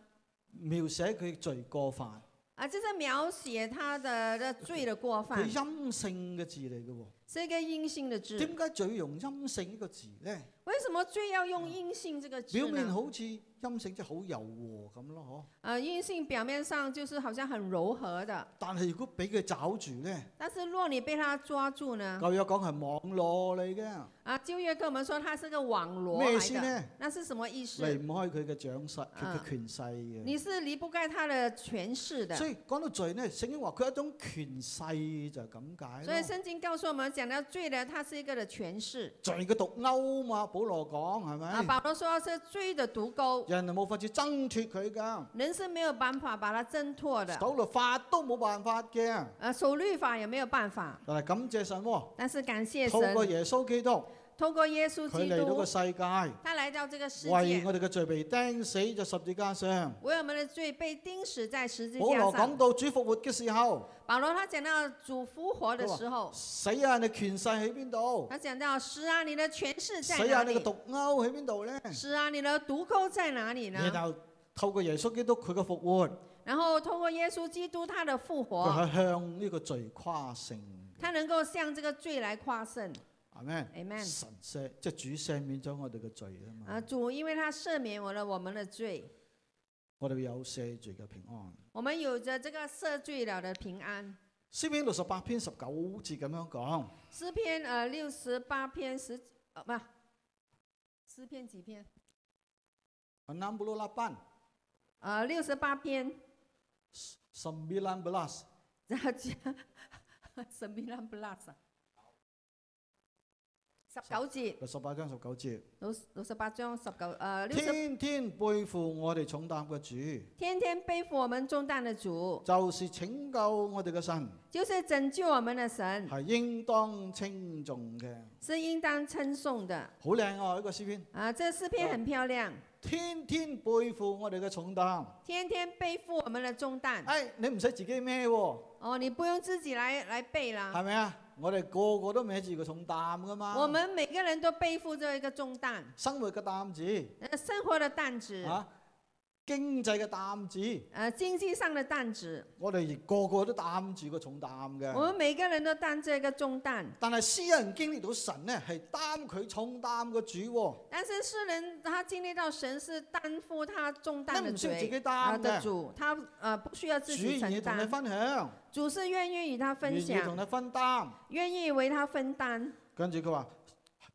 Speaker 1: 描寫佢罪過犯，
Speaker 2: 啊，就是描写他的的罪的过
Speaker 1: 佢
Speaker 2: 犯，
Speaker 1: 陰性嘅字嚟嘅喎。
Speaker 2: 是一个阴性的字。
Speaker 1: 點解最用陰性呢個字咧？
Speaker 2: 为什么罪要用阴性这个字
Speaker 1: 表面
Speaker 2: 呢？
Speaker 1: 好似陰性即係好柔和咁咯，
Speaker 2: 呃，阴性表面上就是好像很柔和的
Speaker 1: 嗬。，但係如果俾佢找住咧，
Speaker 2: 但是若你被他抓住呢？
Speaker 1: 舊約講係網羅嚟嘅，
Speaker 2: 啊，旧约跟我们说它是个网罗
Speaker 1: 咩意
Speaker 2: 来
Speaker 1: 思
Speaker 2: 的，
Speaker 1: 呢？
Speaker 2: 那是什么意思？
Speaker 1: 離唔開佢嘅掌勢，佢
Speaker 2: 啊
Speaker 1: 嘅權勢嘅。
Speaker 2: 你是离不开他的权势的。
Speaker 1: 所以講到罪咧，聖經話佢係一種權勢就係咁
Speaker 2: 所以
Speaker 1: 解咯。
Speaker 2: 圣经告诉我们，讲到罪呢，它是一个的权势。
Speaker 1: 罪嘅毒鈎嘛，保羅講係
Speaker 2: 啊，
Speaker 1: 咪？
Speaker 2: 保罗说是罪的毒钩，
Speaker 1: 人係冇法子掙脱佢㗎，
Speaker 2: 人是没有办法把它挣脱的，
Speaker 1: 守律法都冇辦法嘅。
Speaker 2: 呃，守律法也没有办法。
Speaker 1: 但係感謝神喎，
Speaker 2: 但是感谢
Speaker 1: 透過
Speaker 2: 神，
Speaker 1: 耶穌基督，
Speaker 2: 透过耶稣
Speaker 1: 佢
Speaker 2: 基
Speaker 1: 嚟到個
Speaker 2: 督，
Speaker 1: 世界，
Speaker 2: 他来到这个世
Speaker 1: 為
Speaker 2: 界，
Speaker 1: 我哋嘅罪被釘死咗十字架上。
Speaker 2: 为我们的罪被钉死在十字
Speaker 1: 保
Speaker 2: 架
Speaker 1: 羅講
Speaker 2: 上。
Speaker 1: 到主復活嘅時候，
Speaker 2: 保罗他讲到主复活的时候，
Speaker 1: 死啊！你權勢喺邊度？
Speaker 2: 他讲到施啊，你的权势
Speaker 1: 死
Speaker 2: 在哪
Speaker 1: 啊！你
Speaker 2: 里
Speaker 1: 個？毒鈎喺邊度咧？
Speaker 2: 是啊，你的毒钩在哪里呢？
Speaker 1: 然後透過耶穌基督佢嘅復活，
Speaker 2: 然后通过耶稣基督他的复
Speaker 1: 佢
Speaker 2: 活，
Speaker 1: 係向呢個罪跨勝嘅。
Speaker 2: 他能够向这个罪来跨胜。
Speaker 1: 阿 man，
Speaker 2: Amen。Ờ.
Speaker 1: 神赦即係主赦免咗我哋嘅罪啊
Speaker 2: 啊，
Speaker 1: 嘛，
Speaker 2: 主，因为他赦免我了我们的罪，
Speaker 1: 我哋有赦罪嘅平安。
Speaker 2: 我们有着这个赦罪了的平安。
Speaker 1: 詩篇六十八篇十九節咁樣講，
Speaker 2: 诗篇呃六十八篇十呃不，诗篇几篇？
Speaker 1: n u m b e r 拉班
Speaker 2: 呃六十八篇， [LAUGHS]
Speaker 1: ，sembilan belas，
Speaker 2: 然后加什么啦不拉萨，十九节，
Speaker 1: 六十八章十九節，
Speaker 2: 六十六十八章十九呃六十，
Speaker 1: 天天背負我哋重擔嘅主，
Speaker 2: 天天背负我们重担的主。
Speaker 1: 就是拯救我哋嘅神。
Speaker 2: 就是拯救我们的神
Speaker 1: 係應當稱重嘅，
Speaker 2: 是应当称颂的
Speaker 1: 好靚啊！呢個詩篇，
Speaker 2: 啊！这诗篇很漂亮，
Speaker 1: 天天背負我哋嘅重擔。
Speaker 2: 天天背负我们的重担
Speaker 1: 哎，你唔使自己孭喎，
Speaker 2: 哦，你不用自己来来背啦。
Speaker 1: 係咪啊？我哋個個都孭住個重擔噶嘛。
Speaker 2: 我們每个人都背负着一个重担，
Speaker 1: 生活嘅擔子，
Speaker 2: 呃，生活的担子，
Speaker 1: 啊，經濟嘅擔子，
Speaker 2: 呃，經濟上的担子，
Speaker 1: 我哋個個都擔住個重擔嘅。
Speaker 2: 我們每个人都担着一个重担。
Speaker 1: 但係詩人經歷到神呢，係擔佢重擔嘅主喎，
Speaker 2: 但是世人他经历到神是担负他重担
Speaker 1: 你
Speaker 2: 的
Speaker 1: 唔需要自
Speaker 2: 罪
Speaker 1: 己
Speaker 2: 啊
Speaker 1: 擔
Speaker 2: 的
Speaker 1: 嘅。
Speaker 2: 主，他呃不需要自
Speaker 1: 主
Speaker 2: 己
Speaker 1: 願
Speaker 2: 承
Speaker 1: 意同你
Speaker 2: 担，
Speaker 1: 分享，
Speaker 2: 主是愿意与他分
Speaker 1: 願意同
Speaker 2: 享，
Speaker 1: 你分擔。
Speaker 2: 愿意为他分担。
Speaker 1: 跟住佢話，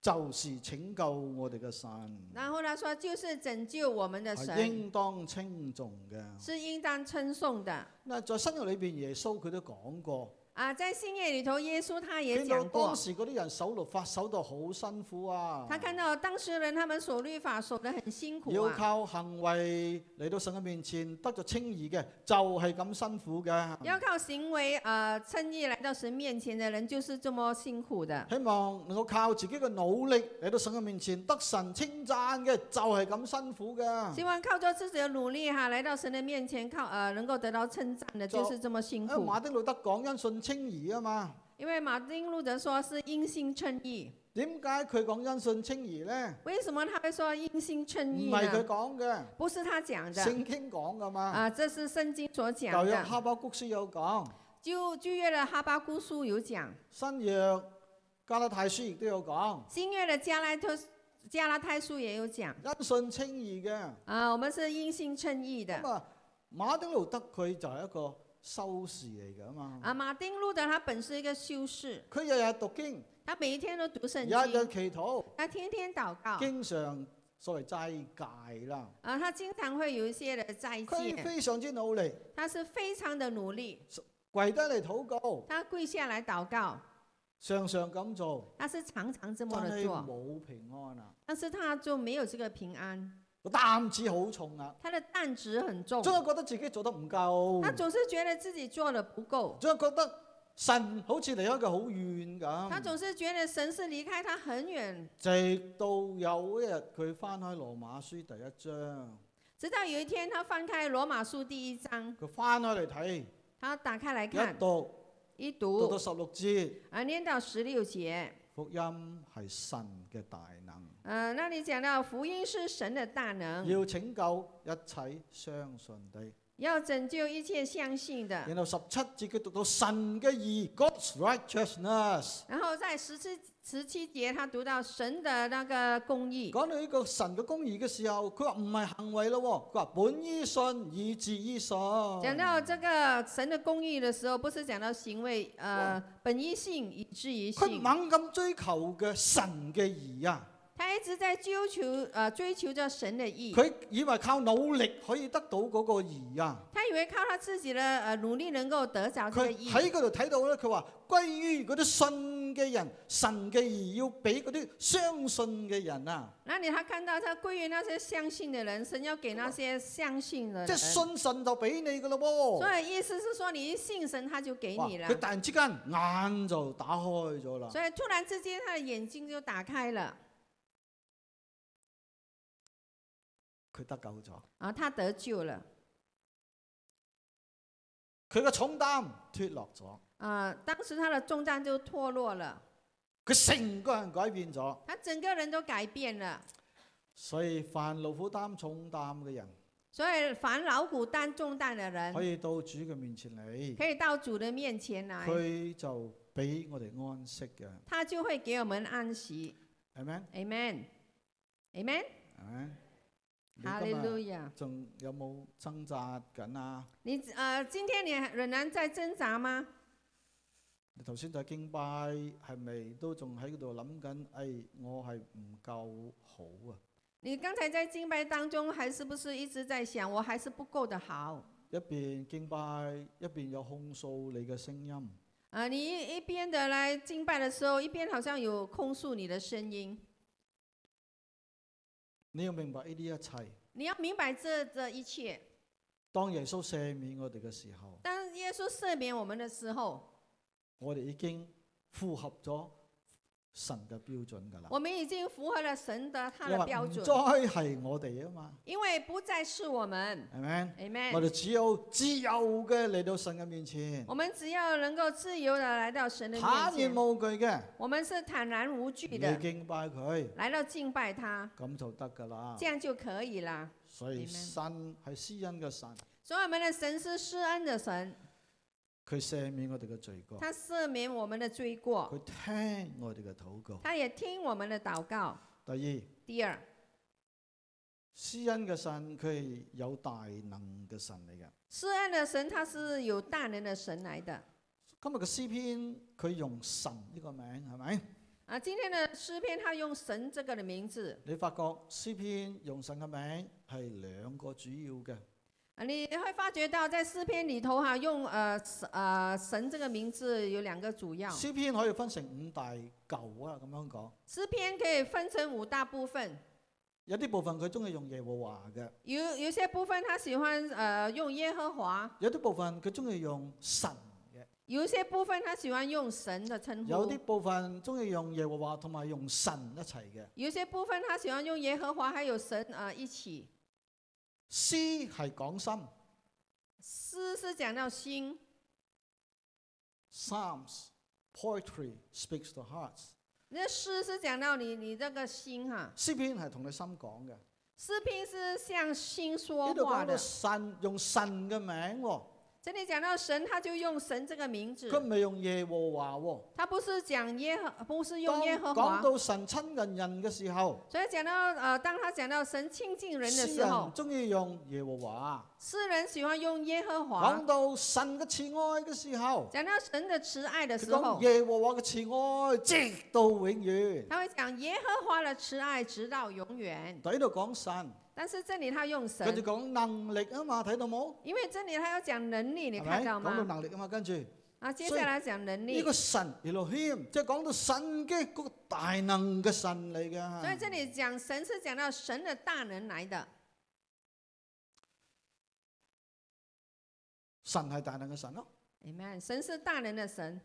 Speaker 1: 就是拯救我哋嘅神。
Speaker 2: 然后他说，就是拯救我们的
Speaker 1: 係
Speaker 2: 神
Speaker 1: 應當稱重嘅。
Speaker 2: 是应当称颂的。
Speaker 1: 嗱，在新約裏邊，耶穌佢都講過，
Speaker 2: 啊，在新夜里头，耶稣他也
Speaker 1: 見到
Speaker 2: 讲过
Speaker 1: 當，時嗰啲人守律法守到好辛苦啊，
Speaker 2: 他看到当时人他们守律法守得很辛苦
Speaker 1: 要
Speaker 2: 啊，
Speaker 1: 靠行為嚟到神嘅面前得咗稱義嘅，就係、咁辛苦嘅。
Speaker 2: 要靠行为呃称义来到神面前的人就是这么辛苦的。
Speaker 1: 希望能夠靠自己嘅努力嚟到神嘅面前得神稱讚嘅，就係、咁辛苦嘅。
Speaker 2: 希望靠着自己的努力哈，来到神的面前靠呃能够得到称赞的，
Speaker 1: 做
Speaker 2: 就是这么辛
Speaker 1: 因為
Speaker 2: 苦。
Speaker 1: 馬丁路德講因信稱義啊嘛，
Speaker 2: 因为马丁路德说是因信称义，
Speaker 1: 點解佢講因信稱義呢？
Speaker 2: 为什么他会说因信称
Speaker 1: 唔
Speaker 2: 义
Speaker 1: 係
Speaker 2: 呢
Speaker 1: 佢？講嘅，
Speaker 2: 不是他讲的
Speaker 1: 聖經講噶
Speaker 2: 啊、
Speaker 1: 嘛。
Speaker 2: 这是圣经所讲
Speaker 1: 舊約
Speaker 2: 的。
Speaker 1: 哈巴谷書有講，
Speaker 2: 就旧约的哈巴姑书有讲，
Speaker 1: 新約加拉太書亦都有講，
Speaker 2: 新约的加拉特加拉太书也有讲
Speaker 1: 因信稱義嘅。
Speaker 2: 啊、我们是因信称义的
Speaker 1: 咁啊，馬丁路德佢就係一個修士嚟噶嘛。
Speaker 2: 啊。马丁路德他本是一个修士，
Speaker 1: 佢日日讀經，
Speaker 2: 他每一天都读
Speaker 1: 日
Speaker 2: 圣
Speaker 1: 日
Speaker 2: 经，
Speaker 1: 祈禱，
Speaker 2: 他天天祷告
Speaker 1: 經常所謂齋戒啦。
Speaker 2: 啊，他经常会有一些的再
Speaker 1: 佢
Speaker 2: 见，
Speaker 1: 非常之努力，
Speaker 2: 他是非常的努力，
Speaker 1: 跪低嚟禱告，
Speaker 2: 他跪下来祷告，
Speaker 1: 常常咁做，
Speaker 2: 他是常常这
Speaker 1: 但
Speaker 2: 么的
Speaker 1: 係
Speaker 2: 做。
Speaker 1: 冇平安啊！
Speaker 2: 但是他就没有这个平安，
Speaker 1: 個擔子好重啊，
Speaker 2: 他的担子很重，
Speaker 1: 總係覺得自己做得唔
Speaker 2: 哦他
Speaker 1: 夠，
Speaker 2: 总是觉得自己做的不够，
Speaker 1: 總係覺得神好似離咗佢好遠
Speaker 2: 他
Speaker 1: 咁。
Speaker 2: 总是觉得神是离开他很远。
Speaker 1: 直到有一日佢翻開羅馬書第一章，
Speaker 2: 直到有一天，他翻开罗马书第一章，
Speaker 1: 佢翻開嚟睇，
Speaker 2: 他打开来看哦
Speaker 1: 一，讀。
Speaker 2: 一
Speaker 1: 到到
Speaker 2: 读
Speaker 1: 十六節，
Speaker 2: 啊，念到十六节，
Speaker 1: 福音係神嘅大能，
Speaker 2: 呃，那里讲到福音是神的大能，
Speaker 1: 要拯救一切相信的。
Speaker 2: 要拯救一切相信的。
Speaker 1: 然後十七節佢讀到神嘅義，God's righteousness，
Speaker 2: 然后在十七十七节，他读到神的那个公义，
Speaker 1: 講到呢個神嘅公義嘅時候，佢話唔係行為咯喎，佢話本於信，以致於信。
Speaker 2: 讲到这个神的公义的时候，不是讲到行为，呃，本一性以至于
Speaker 1: 佢
Speaker 2: 性，
Speaker 1: 猛咁追求嘅神嘅義啊！
Speaker 2: 他一直在追求，呃，追求着神的义。
Speaker 1: 佢以為靠努力可以得到嗰個義啊！
Speaker 2: 他以为靠他自己的呃努力能够得着这
Speaker 1: 佢
Speaker 2: 个义，
Speaker 1: 喺嗰度睇到咧，佢話歸於嗰啲信嘅人，神嘅義要俾嗰啲相信嘅人啊！
Speaker 2: 那你他看到他归于那些相信的人，神要给那些相信的
Speaker 1: 即係
Speaker 2: 人。
Speaker 1: 信神就俾你噶咯喎。
Speaker 2: 嗯所以意思是说，你一信神，他就给
Speaker 1: 哦哇
Speaker 2: 你了。
Speaker 1: 佢突然之間眼就打開咗啦。
Speaker 2: 所以突然之间，他的眼睛就打开了
Speaker 1: 佢得救咗，
Speaker 2: 啊，他得救了
Speaker 1: 佢嘅重擔脱落咗，
Speaker 2: 啊。当时他的重担就脱落了，
Speaker 1: 佢成個人改變咗。
Speaker 2: 他整个人都改变了。
Speaker 1: 所以犯勞苦擔重擔嘅人，
Speaker 2: 所以凡劳苦担重担的人
Speaker 1: 可，以到主嘅面前嚟，
Speaker 2: 可以到主的面前来，
Speaker 1: 佢就俾我哋安息嘅，
Speaker 2: 他就会给我们安息。
Speaker 1: 係咪？
Speaker 2: Amen。Amen。
Speaker 1: 係咪？你
Speaker 2: 哈利
Speaker 1: 今
Speaker 2: 路
Speaker 1: 日
Speaker 2: 亚。
Speaker 1: 仲有冇掙扎緊啊？
Speaker 2: 你呃，今天你仍然在挣扎吗？
Speaker 1: 你頭先就敬拜，係咪都仲喺度諗緊？哎，我係唔夠好啊！
Speaker 2: 你刚才在敬拜当中，还是不是一直在想，我还是不够的好？
Speaker 1: 一邊敬拜，一邊有控訴你嘅聲音，
Speaker 2: 啊，你一一边的来敬拜的时候，一边好像有控诉你的声音。
Speaker 1: 你要明白呢啲一切。
Speaker 2: 你要明白这这一切。
Speaker 1: 當耶穌赦免我哋嘅時候，
Speaker 2: 当耶稣赦免我们的时候，
Speaker 1: 我哋已經符合咗神嘅標準㗎啦。
Speaker 2: 我们已经符合了神的他
Speaker 1: 因
Speaker 2: 的
Speaker 1: 為
Speaker 2: 标
Speaker 1: 唔
Speaker 2: 准，
Speaker 1: 再係我哋啊嘛，
Speaker 2: 因为不再是我们。
Speaker 1: 係咪？我
Speaker 2: Amen。
Speaker 1: 哋只有自由嘅嚟到神嘅面前，
Speaker 2: 我们只要能够自由的来到神的面
Speaker 1: 坦然
Speaker 2: 前，
Speaker 1: 無懼嘅
Speaker 2: 我们是坦然无惧
Speaker 1: 嚟
Speaker 2: 的
Speaker 1: 敬拜佢，
Speaker 2: 来到敬拜他，
Speaker 1: 咁就得㗎啦
Speaker 2: 这。样就可以了。
Speaker 1: 所以
Speaker 2: Amen
Speaker 1: 神係施恩嘅神，
Speaker 2: 所以我们的神是施恩的神，
Speaker 1: 佢赦免我哋嘅罪過，
Speaker 2: 他赦免我们的罪过，
Speaker 1: 佢聽我哋嘅禱告。
Speaker 2: 他也听我们的祷告。
Speaker 1: 第二。
Speaker 2: 第二，
Speaker 1: 施恩嘅神，佢係有大能嘅神嚟嘅。
Speaker 2: 施恩的神他是有大能的神来的
Speaker 1: 今日嘅詩篇，佢用神呢個名係咪？
Speaker 2: 啊。今天的诗篇他用神这个的名字
Speaker 1: 你發覺詩篇用神嘅名係兩個主要嘅，
Speaker 2: 啊，你会发觉到在诗篇里头哈、用呃神呃神这个名字有两个主要。
Speaker 1: 詩篇可以分成五大嚿啊，咁樣講。
Speaker 2: 诗篇可以分成五大部分，
Speaker 1: 有啲部分佢中意用耶和華嘅，
Speaker 2: 有有些部分他喜欢呃用耶和华，
Speaker 1: 有啲部分佢中意用神嘅，
Speaker 2: 有些部分他喜欢用神的称
Speaker 1: 有
Speaker 2: 呼
Speaker 1: 啲，部分中意用耶和華同埋用神一齊嘅。
Speaker 2: 有些部分他喜欢用耶和华还有神呃一起。
Speaker 1: 詩係講心
Speaker 2: 诗是讲到心，
Speaker 1: ，Psalms poetry speaks to hearts。
Speaker 2: 那诗是讲到你你这个心哈、
Speaker 1: 詩篇係同你心講嘅。
Speaker 2: 诗篇是向心说
Speaker 1: 呢度
Speaker 2: 话
Speaker 1: 講
Speaker 2: 的
Speaker 1: 到。神用神嘅名喎，
Speaker 2: 这里讲到神，他就用神这个名字
Speaker 1: 佢，唔係用耶和華喎。
Speaker 2: 他不是讲耶和，不是用耶和
Speaker 1: 當講
Speaker 2: 华。
Speaker 1: 到神親近人嘅時候，
Speaker 2: 所以讲到呃，当他讲到神亲近人的
Speaker 1: 詩
Speaker 2: 时候
Speaker 1: 人，中意用耶和華。
Speaker 2: 诗人喜欢用耶和华
Speaker 1: 講。到神嘅慈愛嘅時候，
Speaker 2: 讲到神的慈爱的
Speaker 1: 佢
Speaker 2: 时候
Speaker 1: 講，耶和華嘅慈愛直到永遠。
Speaker 2: 他会讲耶和华的慈爱直到永远。
Speaker 1: 喺度講神，
Speaker 2: 但是这里他用
Speaker 1: 跟住
Speaker 2: 神，
Speaker 1: 講能力啊嘛，睇到冇？
Speaker 2: 因为这里他要讲能力，你
Speaker 1: 係
Speaker 2: 看
Speaker 1: 咪？
Speaker 2: 到
Speaker 1: 講到
Speaker 2: 吗？
Speaker 1: 能力啊嘛，跟住呢
Speaker 2: 啊，接下来講能力。
Speaker 1: 個神 Elohim，即係講到神嘅嗰個大能嘅神嚟
Speaker 2: 所以
Speaker 1: 嘅。
Speaker 2: 这里讲神是讲到神的大能来的，
Speaker 1: 神係大能嘅神咯，
Speaker 2: 你看，神是大能的神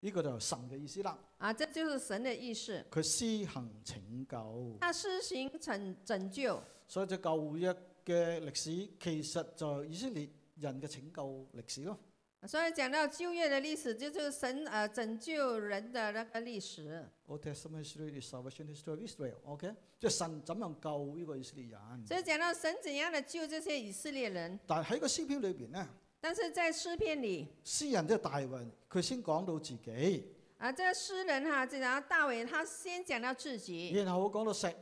Speaker 1: 呢、個就係神嘅意思啦。
Speaker 2: 啊，这就是神的意思。
Speaker 1: 佢施行拯救，
Speaker 2: 他施行拯拯救，
Speaker 1: 所以就舊約嘅歷史其實就係以色列人嘅拯救歷史咯。
Speaker 2: 所以讲到就业的历史，这就是神呃拯救人的那个历史。
Speaker 1: Old Testament history is salvation history of Israel. OK，即係神怎樣救呢個以色列
Speaker 2: 所以
Speaker 1: 人。
Speaker 2: 讲到神怎樣的救这些以色列人，
Speaker 1: 但係喺個詩篇裏邊咧，
Speaker 2: 但是在诗篇里
Speaker 1: 詩人即係大衛，佢先講到自己，
Speaker 2: 啊，这个诗人哈、就讲到大卫，他先讲到自己，
Speaker 1: 然後講到石安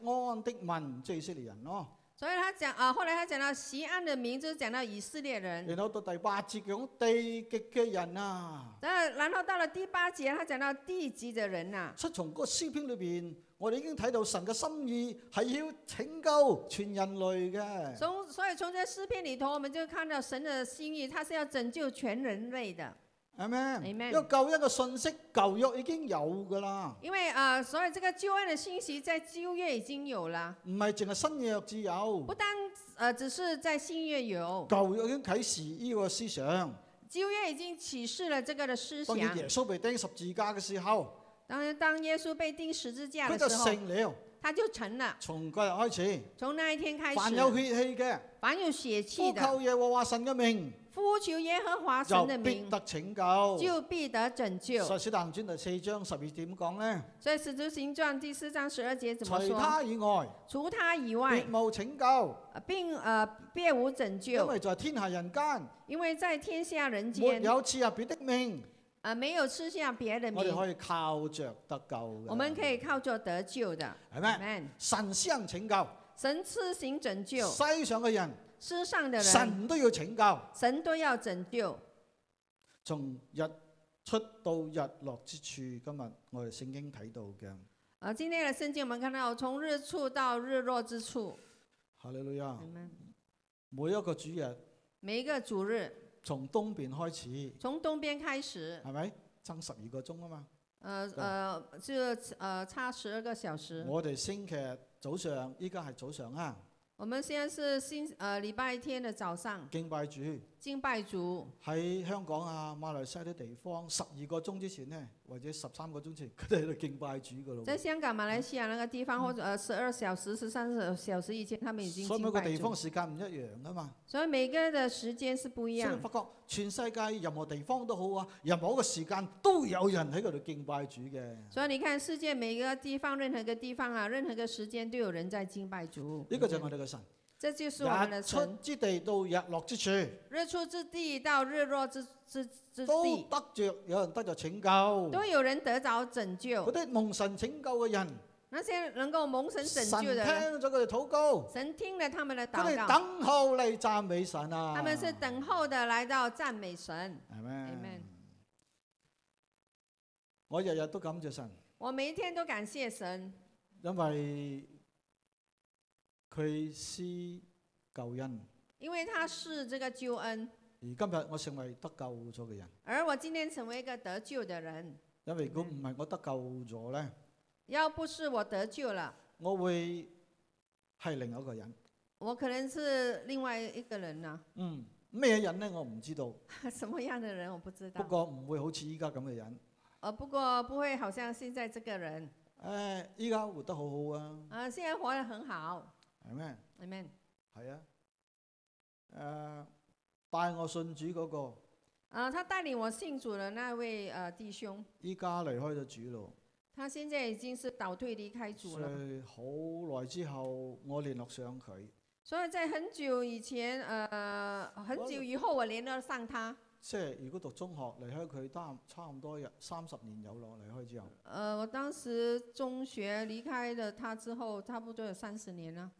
Speaker 1: 的民，即係以色列人咯。
Speaker 2: 所以他讲啊，后来他讲到西安的名，就是讲到以色列人。
Speaker 1: 然後到第八節講地極嘅人啊，
Speaker 2: 那然后到了第八节，他讲到地级的人呐、
Speaker 1: 出從嗰個詩篇裏邊，我哋已經睇到神嘅心意係要拯救全人類嘅。
Speaker 2: 从所以从这诗篇里头，我们就看到神的心意，他是要拯救全人类的。
Speaker 1: Amen。
Speaker 2: Amen
Speaker 1: 因為救恩嘅信息，舊約已經有㗎啦，
Speaker 2: 因为啊、呃所以这个救恩的信息在旧约已经有了，
Speaker 1: 唔係淨係新約至有
Speaker 2: 不，单呃只是在新约有，
Speaker 1: 舊約已經啟示呢個思想。
Speaker 2: 旧约已经启示了这个的思
Speaker 1: 當然
Speaker 2: 想。
Speaker 1: 耶穌被釘十字架嘅時候，
Speaker 2: 当然，当耶稣被钉十字架
Speaker 1: 佢
Speaker 2: 的
Speaker 1: 就
Speaker 2: 时候，
Speaker 1: 成了。
Speaker 2: 他就成了。
Speaker 1: 從嗰日開始，
Speaker 2: 从那一天开
Speaker 1: 凡有
Speaker 2: 始，
Speaker 1: 血氣嘅，
Speaker 2: 凡有血气
Speaker 1: 呼
Speaker 2: 的，
Speaker 1: 求耶和華神嘅名，
Speaker 2: 呼求耶和华神
Speaker 1: 就
Speaker 2: 的
Speaker 1: 必
Speaker 2: 名，
Speaker 1: 得拯救。
Speaker 2: 就必得拯救。
Speaker 1: 所以《使徒行傳》第四章十二點講呢：
Speaker 2: 所以《使徒行传》第四章十二节怎
Speaker 1: 除
Speaker 2: 么说？
Speaker 1: 他以外，
Speaker 2: 除他以外
Speaker 1: 別，無拯救，
Speaker 2: 呃并呃别无拯
Speaker 1: 因
Speaker 2: 救，
Speaker 1: 為在天下人間，
Speaker 2: 因為在天下人
Speaker 1: 沒
Speaker 2: 间，
Speaker 1: 有賜入別的命，
Speaker 2: 呃没有吃下别的
Speaker 1: 我哋
Speaker 2: 名，
Speaker 1: 可以靠着得救嘅。
Speaker 2: 我们可以靠着得救的。
Speaker 1: 係咩？
Speaker 2: Amen。
Speaker 1: 神施行拯救，
Speaker 2: 神施行拯救，
Speaker 1: 世上嘅人，
Speaker 2: 世上的人，
Speaker 1: 神都要拯救。
Speaker 2: 神都要拯救。
Speaker 1: 從日出到日落之處，今日我哋聖經睇到嘅，
Speaker 2: 啊，今天的圣经我们看到，从日出到日落之处，
Speaker 1: 哈利路亞！
Speaker 2: Amen
Speaker 1: 每一個主日，
Speaker 2: 每一个主日，
Speaker 1: 從東邊開始，
Speaker 2: 从东边开始，
Speaker 1: 係咪爭十二個鐘啊嘛？
Speaker 2: 呃呃，就呃差十二个小时。
Speaker 1: 我哋星期日早上，依家係早上啊，
Speaker 2: 我们现在是星呃礼拜天的早上
Speaker 1: 敬拜主
Speaker 2: 敬拜主，
Speaker 1: 喺香港啊、馬來西亞啲地方，十二個鐘之前呢，或者十三個鐘前，佢哋喺度敬拜主噶咯喎。
Speaker 2: 在香港、马来西亚那个地方，或者呃十二小时、十三小时以前，他们已经
Speaker 1: 嗯所以每
Speaker 2: 敬
Speaker 1: 個
Speaker 2: 拜
Speaker 1: 地方
Speaker 2: 主。
Speaker 1: 時間唔一樣啊嘛。
Speaker 2: 所以每个人的时间是不一
Speaker 1: 所以
Speaker 2: 样
Speaker 1: 你。發覺全世界任何地方都好啊，任何一個時間都有人喺嗰度敬拜主嘅。
Speaker 2: 所以你看，世界每一个地方、任何一个地方啊，任何一个时间都有人在敬拜主。
Speaker 1: 呢個就係我哋嘅神。
Speaker 2: 这就是我们的
Speaker 1: 日出
Speaker 2: 神，
Speaker 1: 之地到日落之處，
Speaker 2: 日出之地到日落之之之
Speaker 1: 都
Speaker 2: 地，
Speaker 1: 得着有人得着拯救。嗰
Speaker 2: 都有人得着拯救。
Speaker 1: 啲蒙神拯救嘅人，
Speaker 2: 那些能够蒙神
Speaker 1: 神
Speaker 2: 拯
Speaker 1: 聽
Speaker 2: 救的人，
Speaker 1: 咗佢哋禱告，
Speaker 2: 神聽了他们的
Speaker 1: 佢
Speaker 2: 祷
Speaker 1: 哋
Speaker 2: 告，
Speaker 1: 等候嚟讚美神啊。
Speaker 2: 他们是等候的来到赞美神。
Speaker 1: 係咩
Speaker 2: Amen？
Speaker 1: 我日日都感謝神，
Speaker 2: 我每一天都感谢神，
Speaker 1: 因為佢施救恩，
Speaker 2: 因为他是这个救恩，
Speaker 1: 而今日我成為得救咗嘅人，
Speaker 2: 而我今天成为一个得救的人。
Speaker 1: 因為如果唔係我得救咗咧，
Speaker 2: 要不是我得救了，
Speaker 1: 我會係另一個人。
Speaker 2: 我可能是另外一个人呢、 [LAUGHS]
Speaker 1: 嗯，咩人咧我唔知道，
Speaker 2: 什么样的人我不知
Speaker 1: 不
Speaker 2: 道。
Speaker 1: 過唔會好似依家咁嘅人。
Speaker 2: 呃，不过不会好像现在这个人，
Speaker 1: 誒，依家活得好好啊，
Speaker 2: 呃，现在活得很好
Speaker 1: 係咩？
Speaker 2: ，amen。
Speaker 1: 係啊。誒、帶我信主嗰、個，
Speaker 2: 呃，他带领我信主的那位呃弟兄，
Speaker 1: 依家離開咗主路，
Speaker 2: 他现在已经是倒退离开主
Speaker 1: 所
Speaker 2: 啊了。
Speaker 1: 以好耐之後我聯絡上佢，
Speaker 2: 所以在很久以前，呃，很久以后我联络上他，
Speaker 1: 即係如果讀中學離開佢，差差唔多有三十年有咯，離開之後。
Speaker 2: 呃，我当时中学离开了他之后，差不多有三十年了。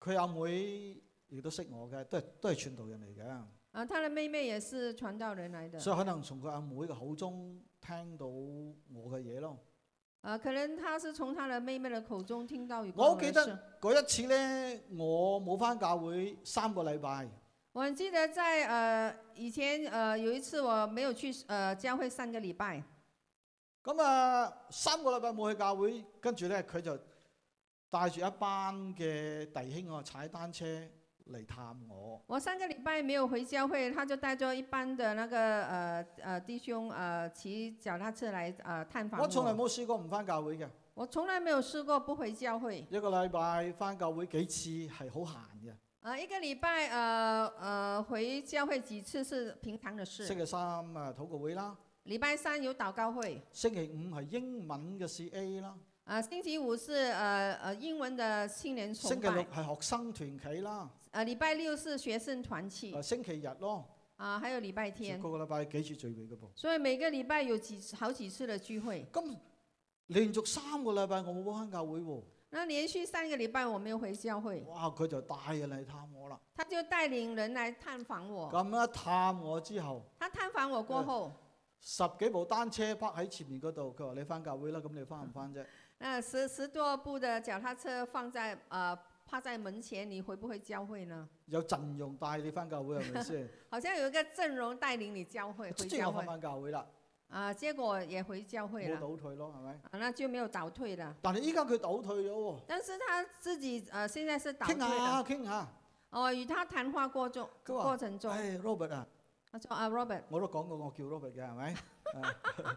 Speaker 1: 佢阿妹亦都識我嘅，都係都係傳道人嚟嘅，
Speaker 2: 啊，他的妹妹也是传道人来的，
Speaker 1: 所以可能從佢阿妹嘅口中聽到我嘅嘢咯。
Speaker 2: 啊，可能他是从他的妹妹的口中听到有
Speaker 1: 我
Speaker 2: 关我的
Speaker 1: 记得
Speaker 2: 事
Speaker 1: 嗰一次呢，我冇翻教會三個禮拜，
Speaker 2: 我很记得在呃以前呃有一次我没有去呃教会三个礼拜，
Speaker 1: 咁啊三個禮拜冇去教會，跟住呢，佢就帶住一班嘅弟兄啊踩單車嚟探我。
Speaker 2: 我三个礼拜没有回教会，他就带着一班的那个呃呃弟兄呃骑脚踏车来呃探访
Speaker 1: 我從來冇試過唔翻教會嘅，
Speaker 2: 我从来没有试过不回教会。
Speaker 1: 一個禮拜翻教會幾次係好閒嘅，
Speaker 2: 呃，一个礼拜呃呃回教会几次是平常的
Speaker 1: 星
Speaker 2: 事。
Speaker 1: 期三啊禱告會啦，
Speaker 2: 礼拜三有祷告会，
Speaker 1: 星期五係英文嘅 C.A. 啦。
Speaker 2: 啊、星期五是呃呃英文的青年崇
Speaker 1: 星期六
Speaker 2: 拜，
Speaker 1: 係學生團契啦，
Speaker 2: 呃礼拜六是学生团契，
Speaker 1: 啊
Speaker 2: 啊、
Speaker 1: 星期日咯，
Speaker 2: 还有礼拜天。
Speaker 1: 個個禮拜幾次聚會嘅噃。
Speaker 2: 所以每个礼拜有几次好幾次的聚会。
Speaker 1: 咁連續三個禮拜我冇翻教會喎，
Speaker 2: 那连续三个礼拜我没有回教会，
Speaker 1: 哇！佢就帶人嚟探我啦。
Speaker 2: 他就带领人来探访我。
Speaker 1: 咁一探我之後，
Speaker 2: 他探訪我過
Speaker 1: 嗯
Speaker 2: 後，
Speaker 1: 十幾部單車泊喺前面嗰度，佢話你翻教會啦，咁你翻唔翻
Speaker 2: 嗯
Speaker 1: 啫？
Speaker 2: 那十十多部的脚踏车放在呃趴在门前，你会不会教会呢？
Speaker 1: 有陣容帶你翻教會係咪
Speaker 2: [LAUGHS]
Speaker 1: 先？
Speaker 2: 好像有一个阵容带领你教会回
Speaker 1: 即係
Speaker 2: 教
Speaker 1: 我翻
Speaker 2: 会
Speaker 1: 翻教會啦，
Speaker 2: 啊，結果也回教会
Speaker 1: 冇
Speaker 2: 了
Speaker 1: 倒退咯，係咪？
Speaker 2: 啊，那就没有倒退了。
Speaker 1: 但係依家佢倒退咗喎，
Speaker 2: 但是他自己呃现在是倒退
Speaker 1: 傾
Speaker 2: 了。
Speaker 1: 下傾下，
Speaker 2: 哦、與他談話過中
Speaker 1: 佢話
Speaker 2: 過程中，
Speaker 1: 唉 Robert 啊，
Speaker 2: 他說啊 Robert
Speaker 1: 我都講過我叫 Robert 嘅係
Speaker 2: [LAUGHS]
Speaker 1: 咪？啊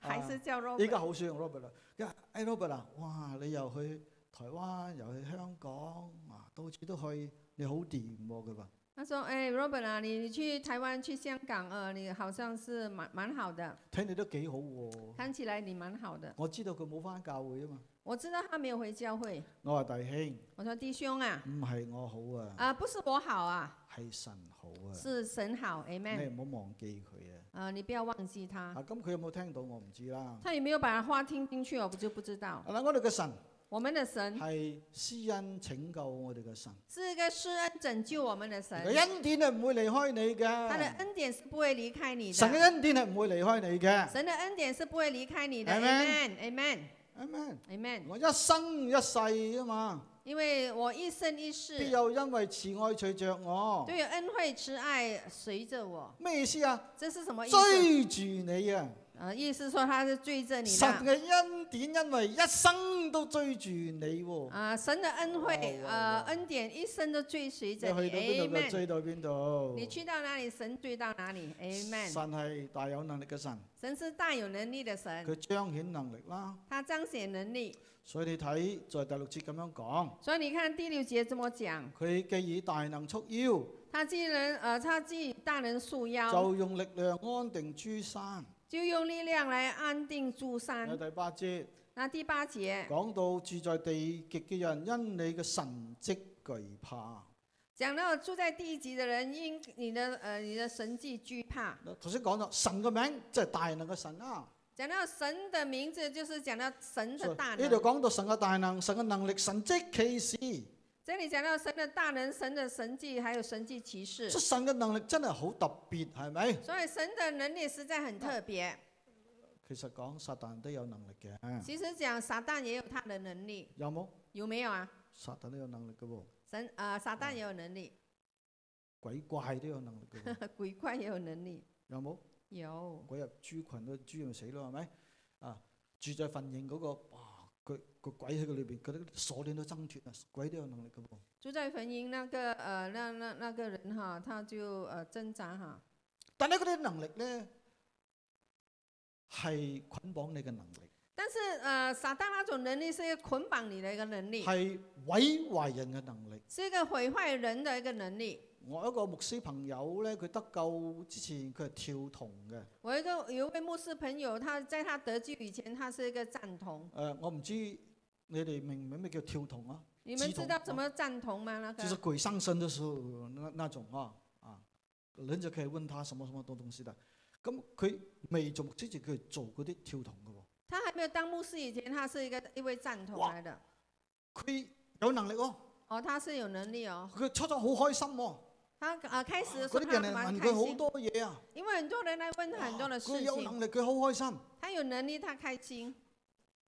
Speaker 2: 還
Speaker 1: 啊
Speaker 2: 是叫 Robert。
Speaker 1: 依家好少用 Robert 啦。佢話：，誒 Robert 啊，哇！你又去台灣，又去香港，啊，到處都去，你好掂喎。佢話：，
Speaker 2: 他说：“哎，Robert 啊，你你去台湾、去香港，呃，你好像是蛮蛮好的，
Speaker 1: 睇你都幾好喎。
Speaker 2: 看起来你蛮好的。
Speaker 1: 我知道佢冇翻教會啊嘛。
Speaker 2: 我知道他没有回教会。
Speaker 1: 我話弟兄，
Speaker 2: 我说弟兄啊，
Speaker 1: 唔係我好啊，
Speaker 2: 啊、不是我好啊，
Speaker 1: 係神好啊。
Speaker 2: 是神好，Amen。
Speaker 1: 你唔好忘記佢啊。
Speaker 2: 呃，你不要忘记他。
Speaker 1: 啊，咁佢有冇聽到我唔知啦。
Speaker 2: 他有没有把话听进去，我不就不知道。
Speaker 1: 嗱，我哋嘅神
Speaker 2: 我们的神
Speaker 1: 係施恩拯救我哋嘅神，
Speaker 2: 是一个施恩拯救我们的神，
Speaker 1: 佢恩典係唔會離開你
Speaker 2: 他的
Speaker 1: 嘅。
Speaker 2: 恩典是不会离开你的。
Speaker 1: 神嘅恩典係唔會離開你嘅。
Speaker 2: [LAUGHS] 神的恩典是不会离开你的
Speaker 1: Amen
Speaker 2: ，Amen，Amen，Amen。
Speaker 1: 阿 m 我一生一世啊嘛。
Speaker 2: 因为我一生一
Speaker 1: 必
Speaker 2: 世
Speaker 1: 有因為慈愛隨着我
Speaker 2: 都。有恩惠慈爱随着我。”
Speaker 1: 咩意思啊？
Speaker 2: 这是什么意思？
Speaker 1: 追住你啊！
Speaker 2: 呃，意思说他是追着你
Speaker 1: 神
Speaker 2: 呢。
Speaker 1: 嘅恩典，因為一生都追住你喎、
Speaker 2: 啊、神的恩惠，
Speaker 1: 哇哇
Speaker 2: 呃
Speaker 1: 哇，
Speaker 2: 恩典一生都追随
Speaker 1: 你
Speaker 2: 着你
Speaker 1: 去到邊度就
Speaker 2: ，Amen。
Speaker 1: 追到邊度。
Speaker 2: 你去到哪里，神追到哪里，Amen。
Speaker 1: 神係大有能力嘅神，
Speaker 2: 神是大有能力的神，
Speaker 1: 佢彰顯能力啦。
Speaker 2: 他彰显能力。
Speaker 1: 所以你睇在第六節咁樣講，
Speaker 2: 所以你看第六节这么讲，
Speaker 1: 佢既以大能束腰，
Speaker 2: 他既然呃，他既大人束腰，
Speaker 1: 就用力量安定諸山。
Speaker 2: 就用力量来安定诸
Speaker 1: 有
Speaker 2: 山。
Speaker 1: 第八節
Speaker 2: 那第八节
Speaker 1: 講到住在地極嘅人，因你嘅神蹟懼怕。
Speaker 2: 讲到住在地级的人，因你的呃你的神迹惧怕。
Speaker 1: 頭先講咗神嘅名，即係大能嘅神啦、
Speaker 2: 讲到神的名字，就是讲到神的大
Speaker 1: 呢度
Speaker 2: 能。
Speaker 1: 講到神嘅大能、神嘅能力、神蹟奇事，
Speaker 2: 这里讲到神的大能、神的神迹，还有神迹骑士。
Speaker 1: 所以神嘅能力真係好特別，係咪？
Speaker 2: 所以神的能力实在很特别。
Speaker 1: 其實講撒旦都有能力嘅，
Speaker 2: 其实讲撒旦也有他的能力，
Speaker 1: 有冇？
Speaker 2: 有没有啊？
Speaker 1: 撒旦都有能力嘅喎，
Speaker 2: 神啊、呃撒旦也有能力， [LAUGHS]
Speaker 1: 鬼怪都有能力嘅喎，
Speaker 2: 鬼怪也有能力，
Speaker 1: 有冇？
Speaker 2: 有
Speaker 1: 鬼入豬群都豬咪死咯，係咪？啊，住在墳營嗰、個，哇！佢個鬼喺佢裏邊，佢啲鎖鏈都掙脱啊，鬼都有能力嘅喎。
Speaker 2: 住在坟茔那个呃那那那个人哈，他就呃挣扎哈，
Speaker 1: 但係嗰啲能力咧係捆綁你嘅能力，
Speaker 2: 但是呃撒旦那种能力是一个捆綁你的一个能力，
Speaker 1: 係毀壞人嘅能力。
Speaker 2: 是一个毁坏人的一个能力。
Speaker 1: 我一個牧師朋友咧，佢得救之前佢係跳童嘅。誒、
Speaker 2: 我一个有一位牧师朋友，他在他得救以前，他是一个赞同。
Speaker 1: 呃我唔知你哋明唔明咩叫跳童啊？
Speaker 2: 你们
Speaker 1: 鸡同
Speaker 2: 知道什么赞同吗？那
Speaker 1: 就是
Speaker 2: 个
Speaker 1: 鬼上身的时候那那種啊啊，人就可以問他什麼什麼多東西的。咁佢未做牧師前，佢係做嗰啲跳童嘅喎。
Speaker 2: 他還没有当牧师以前，他是一个一位赞同
Speaker 1: 哇
Speaker 2: 来的。
Speaker 1: 佢有能力哦，
Speaker 2: 哦，他是有能力哦。
Speaker 1: 佢初初好開心喎。
Speaker 2: 他啊、呃、开始的时
Speaker 1: 嗰
Speaker 2: 候
Speaker 1: 啲人
Speaker 2: 他
Speaker 1: 嚟
Speaker 2: 蛮
Speaker 1: 問
Speaker 2: 开
Speaker 1: 佢好
Speaker 2: 心，
Speaker 1: 多嘢啊，
Speaker 2: 因为很多人来问他很多的
Speaker 1: 佢
Speaker 2: 事
Speaker 1: 有
Speaker 2: 情。
Speaker 1: 能力，佢好開心。
Speaker 2: 他有能力，他开心。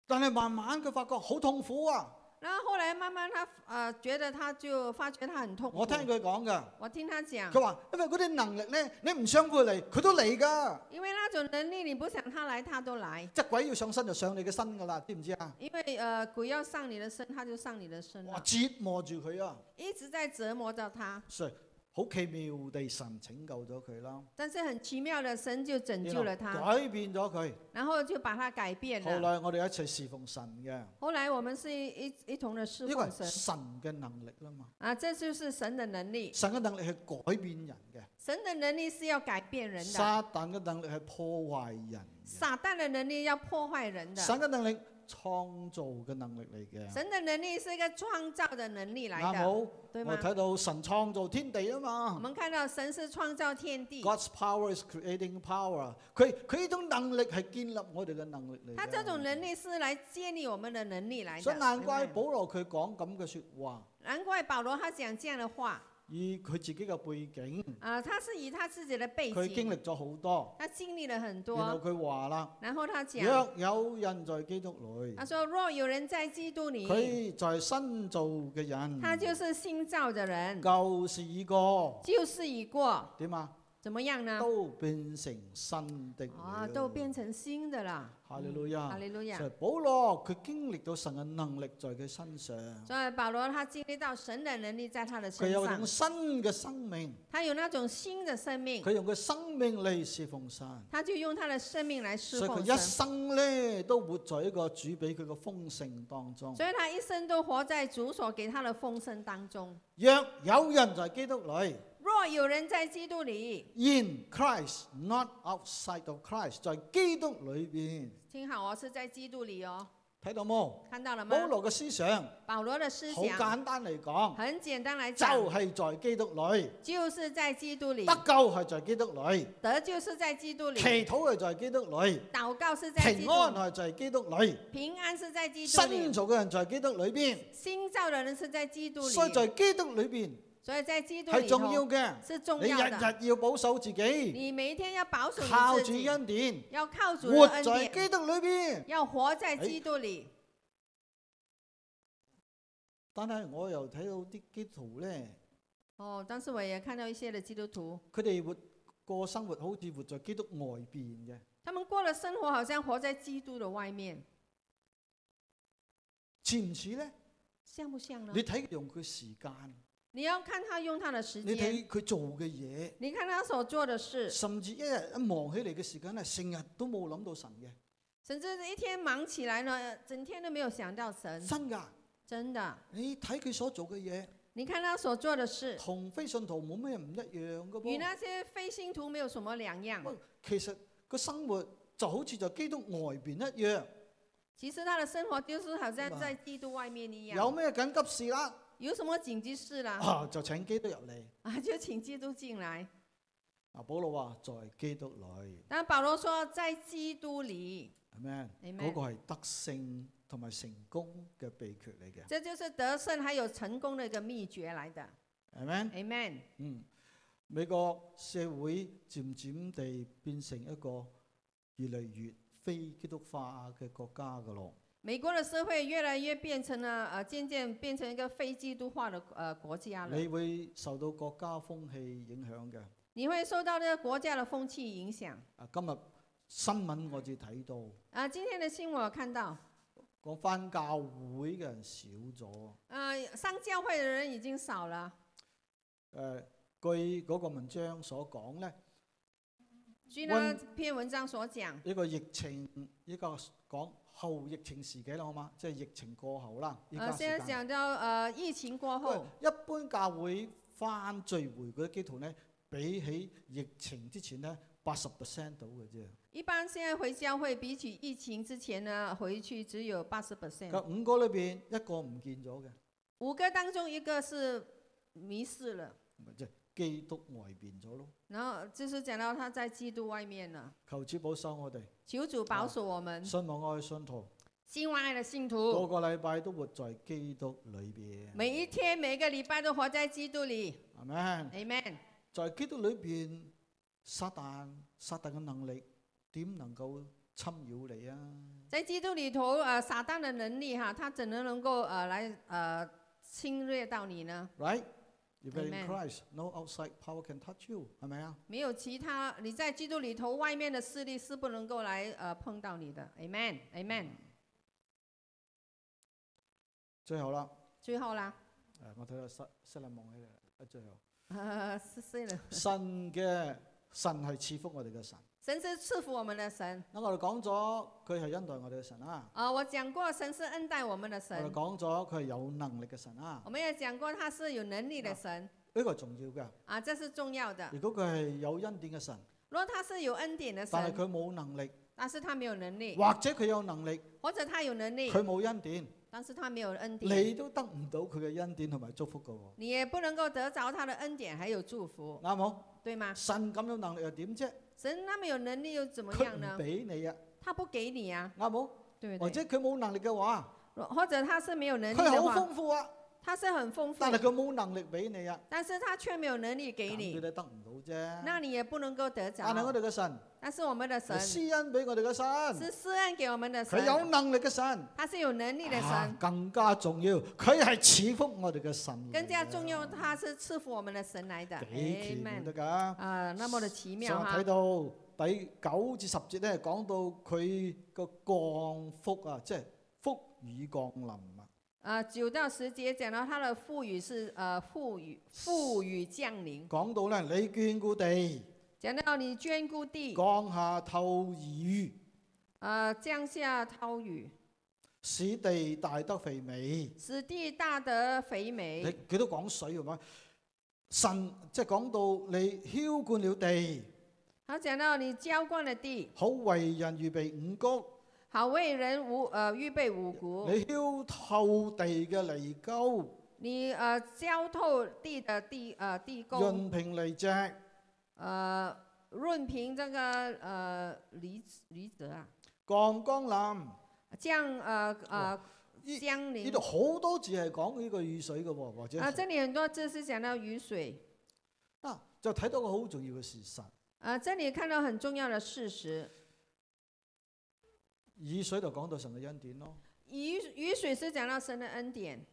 Speaker 1: 但係慢慢佢發覺好痛苦啊！
Speaker 2: 然后后来慢慢他呃觉得他就发觉他很痛苦。
Speaker 1: 我聽佢講㗎，
Speaker 2: 我聽他讲，
Speaker 1: 佢話因為嗰啲能力咧，你唔想佢嚟，佢都嚟㗎。
Speaker 2: 因为那種能力你不想他来他都来，
Speaker 1: 只鬼要上身就上你嘅身㗎啦，知唔知啊？
Speaker 2: 因为呃鬼要上你的身，他就上你的身
Speaker 1: 哇！
Speaker 2: 了，
Speaker 1: 折磨住佢啊！
Speaker 2: 一直在折磨着他。
Speaker 1: 所以好奇妙地神拯救咗佢啦，
Speaker 2: 但是很奇妙的，神就拯救了
Speaker 1: 然
Speaker 2: 他，啊
Speaker 1: 後改變咗
Speaker 2: 然后就把他改變
Speaker 1: 佢。後
Speaker 2: 了。
Speaker 1: 來我哋一齊侍奉神嘅，呢
Speaker 2: 后来我们是一一一同的侍
Speaker 1: 個
Speaker 2: 奉
Speaker 1: 係
Speaker 2: 神
Speaker 1: 神嘅能力啦嘛。
Speaker 2: 啊，这就是神啊的能力。
Speaker 1: 神嘅能力係改變人嘅，
Speaker 2: 神的能力是要改變人啊的，
Speaker 1: 撒旦嘅能力係破壞人嘅，
Speaker 2: 撒旦的能力要破壞人的。
Speaker 1: 神嘅能力創造嘅能力嚟嘅。
Speaker 2: 啊神的能力是一个創造的能力来
Speaker 1: 啱好，
Speaker 2: 的，对
Speaker 1: 我
Speaker 2: 嗎？
Speaker 1: 睇到神創造天地啊
Speaker 2: 我
Speaker 1: 嘛。
Speaker 2: 们看到神是創造天地，
Speaker 1: God's power is creating power。佢佢呢種能力係建立我哋嘅能力嚟嘅。
Speaker 2: 他这种能力是来建立我们的能力来
Speaker 1: 所以
Speaker 2: 的。
Speaker 1: 難怪
Speaker 2: 明白
Speaker 1: 保羅佢講咁嘅説話，
Speaker 2: 难怪保罗他讲这样的话
Speaker 1: 以佢自己嘅背景，
Speaker 2: 啊、他是以他自己的背
Speaker 1: 佢經
Speaker 2: 景，
Speaker 1: 歷咗好多。
Speaker 2: 他经历了
Speaker 1: 然
Speaker 2: 很
Speaker 1: 後
Speaker 2: 多，
Speaker 1: 佢話啦：
Speaker 2: 然后他讲，
Speaker 1: 若有人在基督裏，
Speaker 2: 他说若有人在基督里，
Speaker 1: 佢在新造嘅人，
Speaker 2: 他就是新造的人，
Speaker 1: 舊事已過，
Speaker 2: 就是已过，
Speaker 1: 點啊？
Speaker 2: 怎么样呢？
Speaker 1: 都變成新的
Speaker 2: 啊，
Speaker 1: 了。
Speaker 2: 都變成新的啦。
Speaker 1: 哈利路
Speaker 2: 哈
Speaker 1: 亞！
Speaker 2: 利路亚
Speaker 1: 所以。保羅佢經歷到神嘅能力在佢身上，
Speaker 2: 所以保罗他经历到神的能力在他的
Speaker 1: 佢
Speaker 2: 身
Speaker 1: 有
Speaker 2: 上
Speaker 1: 種，新嘅生命。
Speaker 2: 他有那种新的生命，
Speaker 1: 佢用佢生命嚟侍奉神，
Speaker 2: 他就用他的生命来侍
Speaker 1: 所以
Speaker 2: 奉
Speaker 1: 佢一
Speaker 2: 神。
Speaker 1: 生咧都活在一個主俾佢嘅豐盛當中。
Speaker 2: 所以他一生都活在主所给他的丰盛当中。
Speaker 1: 若有人在基督裏
Speaker 2: 若有人在基督里，
Speaker 1: ，in Christ not outside of Christ，在基督裏邊
Speaker 2: 听好哦，是在基督里哦，
Speaker 1: 睇到冇？
Speaker 2: 看到了
Speaker 1: 保
Speaker 2: 吗？
Speaker 1: 羅嘅思想
Speaker 2: 保罗的思
Speaker 1: 好
Speaker 2: 想
Speaker 1: 簡單嚟講，
Speaker 2: 很简单来
Speaker 1: 就
Speaker 2: 讲，
Speaker 1: 係在基督裏，
Speaker 2: 就是在基督里
Speaker 1: 得，救係在基督裏，
Speaker 2: 得就是在基督里，
Speaker 1: 祈禱係在基督裏，
Speaker 2: 祷告是在基
Speaker 1: 平
Speaker 2: 督
Speaker 1: 安啊
Speaker 2: 里，
Speaker 1: 係在基督裏，
Speaker 2: 平安是在基督
Speaker 1: 新
Speaker 2: 里，
Speaker 1: 造嘅人在基督裏邊，
Speaker 2: 新造的人是在基督里，
Speaker 1: 所以在基督裏邊
Speaker 2: 所以在基督
Speaker 1: 係
Speaker 2: 里
Speaker 1: 重要
Speaker 2: 头
Speaker 1: 嘅。
Speaker 2: 是重
Speaker 1: 你日
Speaker 2: 要的。
Speaker 1: 日要保守自己，
Speaker 2: 你每一天要保守
Speaker 1: 靠
Speaker 2: 你
Speaker 1: 主
Speaker 2: 自己，
Speaker 1: 恩典，
Speaker 2: 要靠主
Speaker 1: 活
Speaker 2: 的
Speaker 1: 在
Speaker 2: 恩
Speaker 1: 基
Speaker 2: 典，
Speaker 1: 督裏边。
Speaker 2: 要活在基督里。
Speaker 1: 但係我又睇到啲基督徒咧，哎
Speaker 2: 哦，但是我也看到一些的基督徒，
Speaker 1: 佢哋活過生活好似活在基督外邊嘅，
Speaker 2: 他们过了生活好像活在基督的外面，
Speaker 1: 似唔似咧？
Speaker 2: 像不像呢
Speaker 1: 你？睇佢用佢時間，
Speaker 2: 你要看他用他的时
Speaker 1: 你
Speaker 2: 间，
Speaker 1: 睇佢做嘅嘢，
Speaker 2: 你看他所做的事，
Speaker 1: 甚至一日一忙起嚟嘅時間咧，成日都冇諗到神嘅，
Speaker 2: 甚至一天忙起来呢，整天都没有想到神。
Speaker 1: 真㗎。
Speaker 2: 真的，
Speaker 1: 你睇佢所做嘅嘢，
Speaker 2: 你看他所做的事，
Speaker 1: 同非信徒冇咩唔一樣㗎
Speaker 2: 与
Speaker 1: 噃。
Speaker 2: 那些非信徒没有什么两样。
Speaker 1: 其實個生活就好似在基督外邊一樣，
Speaker 2: 其实他的生活就是好像在基督外面一
Speaker 1: 有
Speaker 2: 样，
Speaker 1: 咩緊急事啦？
Speaker 2: 有什么紧急事啦，
Speaker 1: 啊，就請基督入嚟。
Speaker 2: 啊，就请基督进来。
Speaker 1: 啊，保羅話在基督裏，
Speaker 2: 但保罗说，在基督里，
Speaker 1: 係咪？
Speaker 2: Amen
Speaker 1: 嗰個係得勝同埋成功嘅秘訣嚟嘅，
Speaker 2: 这就是得胜还有成功的一个秘诀来的。
Speaker 1: 係咪？
Speaker 2: Amen。
Speaker 1: 嗯，美國社會漸漸地變成一個越嚟越非基督化嘅國家噶咯。
Speaker 2: 美国的社会越来越变成了呃，渐渐变成一个非基督化的呃国家了。
Speaker 1: 你會受到國家風氣影響嘅。
Speaker 2: 你会受到这个国家的风气影响。
Speaker 1: 啊，今日新聞我哋睇到，
Speaker 2: 啊，今天的新闻我看到，
Speaker 1: 講翻教會嘅人少咗。
Speaker 2: 呃，上教会的人已经少了。
Speaker 1: 誒、呃據嗰個文章所講咧，
Speaker 2: 据呢篇文章所讲，
Speaker 1: 呢個疫情呢個講後疫情時期啦，好嘛？即係疫情過後啦，依
Speaker 2: 呃，
Speaker 1: 家
Speaker 2: 现
Speaker 1: 時
Speaker 2: 在
Speaker 1: 間。
Speaker 2: 讲到呃疫情过后，
Speaker 1: 一般教會翻聚會嗰啲基徒咧，比起疫情之前咧，八十 percent 到嘅啫。
Speaker 2: 一般现在回教会比起疫情之前呢，回去只有八十 percent，
Speaker 1: 佢五個裏邊一個唔見咗嘅，
Speaker 2: 五个当中一个是迷失了，
Speaker 1: 咪即係基督外變咗咯。
Speaker 2: 然后就是讲到他在基督外面了。
Speaker 1: 求主保守我哋，
Speaker 2: 求主保守我们，
Speaker 1: 信望愛嘅信徒，
Speaker 2: 敬爱的信
Speaker 1: 個
Speaker 2: 徒，
Speaker 1: 個禮拜都活在基督裏邊。
Speaker 2: 嗯每一天每个礼拜都活在基督里
Speaker 1: 係咪？
Speaker 2: ，Amen。
Speaker 1: 在基督裏邊，撒旦撒旦嘅能力點能夠侵擾你啊？
Speaker 2: 在基督里头，呃，撒旦的能力哈，他怎能能够呃来呃侵略到你呢？
Speaker 1: Right? If you're in
Speaker 2: Amen.
Speaker 1: Christ, no outside power can touch you，係咪啊？
Speaker 2: 没有其他，你在基督里头，外面的势力是不能够来呃碰到你的，Amen，Amen。
Speaker 1: 最後啦，
Speaker 2: 最后啦，
Speaker 1: 誒、我睇下失失禮望起嚟啦，最後
Speaker 2: 呃，是是的，
Speaker 1: 神嘅神係賜福我哋嘅神。
Speaker 2: 神是赐福我们的神。
Speaker 1: 嗱，我哋講咗佢係恩待我哋嘅神啊，
Speaker 2: 啊、我讲过，神是恩待我们的
Speaker 1: 我哋
Speaker 2: 神，
Speaker 1: 講咗佢係有能力嘅神啊，
Speaker 2: 我们也讲过他是有能力的神
Speaker 1: 呢、個係重要嘅。
Speaker 2: 啊，这是重要的。
Speaker 1: 如果佢係有恩典嘅神，
Speaker 2: 如果他是有恩典的
Speaker 1: 但係
Speaker 2: 神，
Speaker 1: 佢冇能力，
Speaker 2: 但是他没有能力，
Speaker 1: 或者佢有能力，
Speaker 2: 或者他有能力，
Speaker 1: 佢冇恩典。
Speaker 2: 但是他没有恩典，
Speaker 1: 你都得唔到佢嘅恩典同埋祝福噶喎，
Speaker 2: 你也不能够得着他的恩典还有祝福，
Speaker 1: 啱冇？
Speaker 2: 对吗？
Speaker 1: 神咁有能力又點啫？
Speaker 2: 神那么有能力又怎么
Speaker 1: 佢
Speaker 2: 样
Speaker 1: 唔
Speaker 2: 呢？
Speaker 1: 俾你啊，
Speaker 2: 他不給你啊，
Speaker 1: 啱冇？
Speaker 2: 对不
Speaker 1: 或
Speaker 2: 對？
Speaker 1: 者佢冇能力嘅話，
Speaker 2: 或者他是没有能
Speaker 1: 佢
Speaker 2: 力的
Speaker 1: 係好
Speaker 2: 话，
Speaker 1: 豐富啊，
Speaker 2: 他是很豐富
Speaker 1: 但，係佢冇能力俾你啊，
Speaker 2: 但是他却没有能力給
Speaker 1: 咁佢
Speaker 2: 你，
Speaker 1: 都得唔到啫。
Speaker 2: 那你也不能够得
Speaker 1: 但係我
Speaker 2: 着。
Speaker 1: 哋嘅神
Speaker 2: 但是我们的神
Speaker 1: 係施恩俾我哋嘅神，
Speaker 2: 是施恩给我们的神
Speaker 1: 佢，有能力嘅神，
Speaker 2: 他是有能力的
Speaker 1: 啊
Speaker 2: 神，
Speaker 1: 更加重要，佢係賜福我哋嘅神嚟嘅，
Speaker 2: 更加重要，他是赐福我们的神来的。
Speaker 1: 幾奇妙
Speaker 2: Amen
Speaker 1: 得㗎。
Speaker 2: 啊，那么的奇妙
Speaker 1: 所以我睇
Speaker 2: 哈！
Speaker 1: 到第九至十節咧，講到佢個降福啊，即係福雨降臨啊。
Speaker 2: 啊，九到十节讲到他的赋予是呃赋予赋予降临，
Speaker 1: 講到咧，你眷顧地，
Speaker 2: 讲到你眷顾地，
Speaker 1: 降下透雨，
Speaker 2: 呃降下涛雨，
Speaker 1: 使地大得肥美。
Speaker 2: 使地大得肥美
Speaker 1: 你。佢都講水係咪？神即係講到你轎灌了地，
Speaker 2: 好，讲到你浇灌了地，
Speaker 1: 好為人預備五谷。
Speaker 2: 好为人无呃预备五谷，
Speaker 1: 你轎透地嘅泥溝，
Speaker 2: 你呃浇透地的地呃地沟，
Speaker 1: 潤平泥脊。
Speaker 2: 呃润平这个呃离离泽啊，
Speaker 1: 降江南，
Speaker 2: 降呃呃
Speaker 1: 依
Speaker 2: 江
Speaker 1: 呢
Speaker 2: 陵
Speaker 1: 度好多字係講呢個雨水嘅喎，或者
Speaker 2: 啊，这里很多字是讲到雨水
Speaker 1: 啊，就睇到個好重要嘅事實，
Speaker 2: 啊，这里看到很重要的事实，
Speaker 1: 雨水就講到神嘅恩典咯，
Speaker 2: 雨雨水是讲到神的恩典，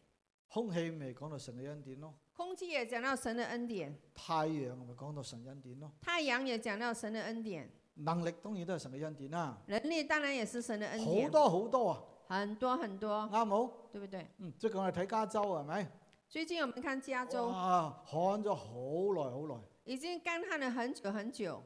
Speaker 1: 空氣咪講到神嘅恩典咯，
Speaker 2: 空气也讲到神的恩典，
Speaker 1: 太陽咪講到神恩典咯，
Speaker 2: 太阳也讲到神的恩典，
Speaker 1: 能力當然都係神嘅恩典啦，
Speaker 2: 人力当然也是神的恩
Speaker 1: 好
Speaker 2: 典，哦
Speaker 1: 多好多啊，
Speaker 2: 很多很多，
Speaker 1: 啱冇？
Speaker 2: 对不对？
Speaker 1: 嗯，最近我哋睇加州係咪？
Speaker 2: 最近我们看加州
Speaker 1: 哇，旱咗好耐好耐，
Speaker 2: 已经干旱了很久很久，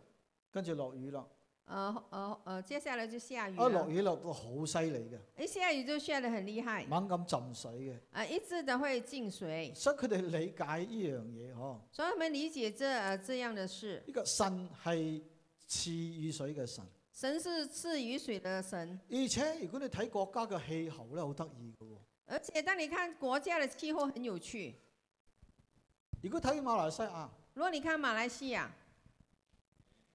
Speaker 1: 跟住落雨啦，
Speaker 2: 呃呃呃，接下来就下雨
Speaker 1: 一落
Speaker 2: 了，
Speaker 1: 雨落到好犀利嘅，
Speaker 2: 一下雨就下得很厉害，
Speaker 1: 猛咁浸水嘅，
Speaker 2: 啊，一直的会进水，
Speaker 1: 所以佢哋理解呢樣嘢嗬，
Speaker 2: 所以我们理解这、呃、这样的事，
Speaker 1: 呢個神係賜雨水嘅神。
Speaker 2: 神是赐雨水的神，
Speaker 1: 而且如果你睇國家嘅氣候咧，好得意嘅喎。
Speaker 2: 而且当你看国家的气候很有趣，
Speaker 1: 如果睇馬來西亞
Speaker 2: 如果你看马来西亚，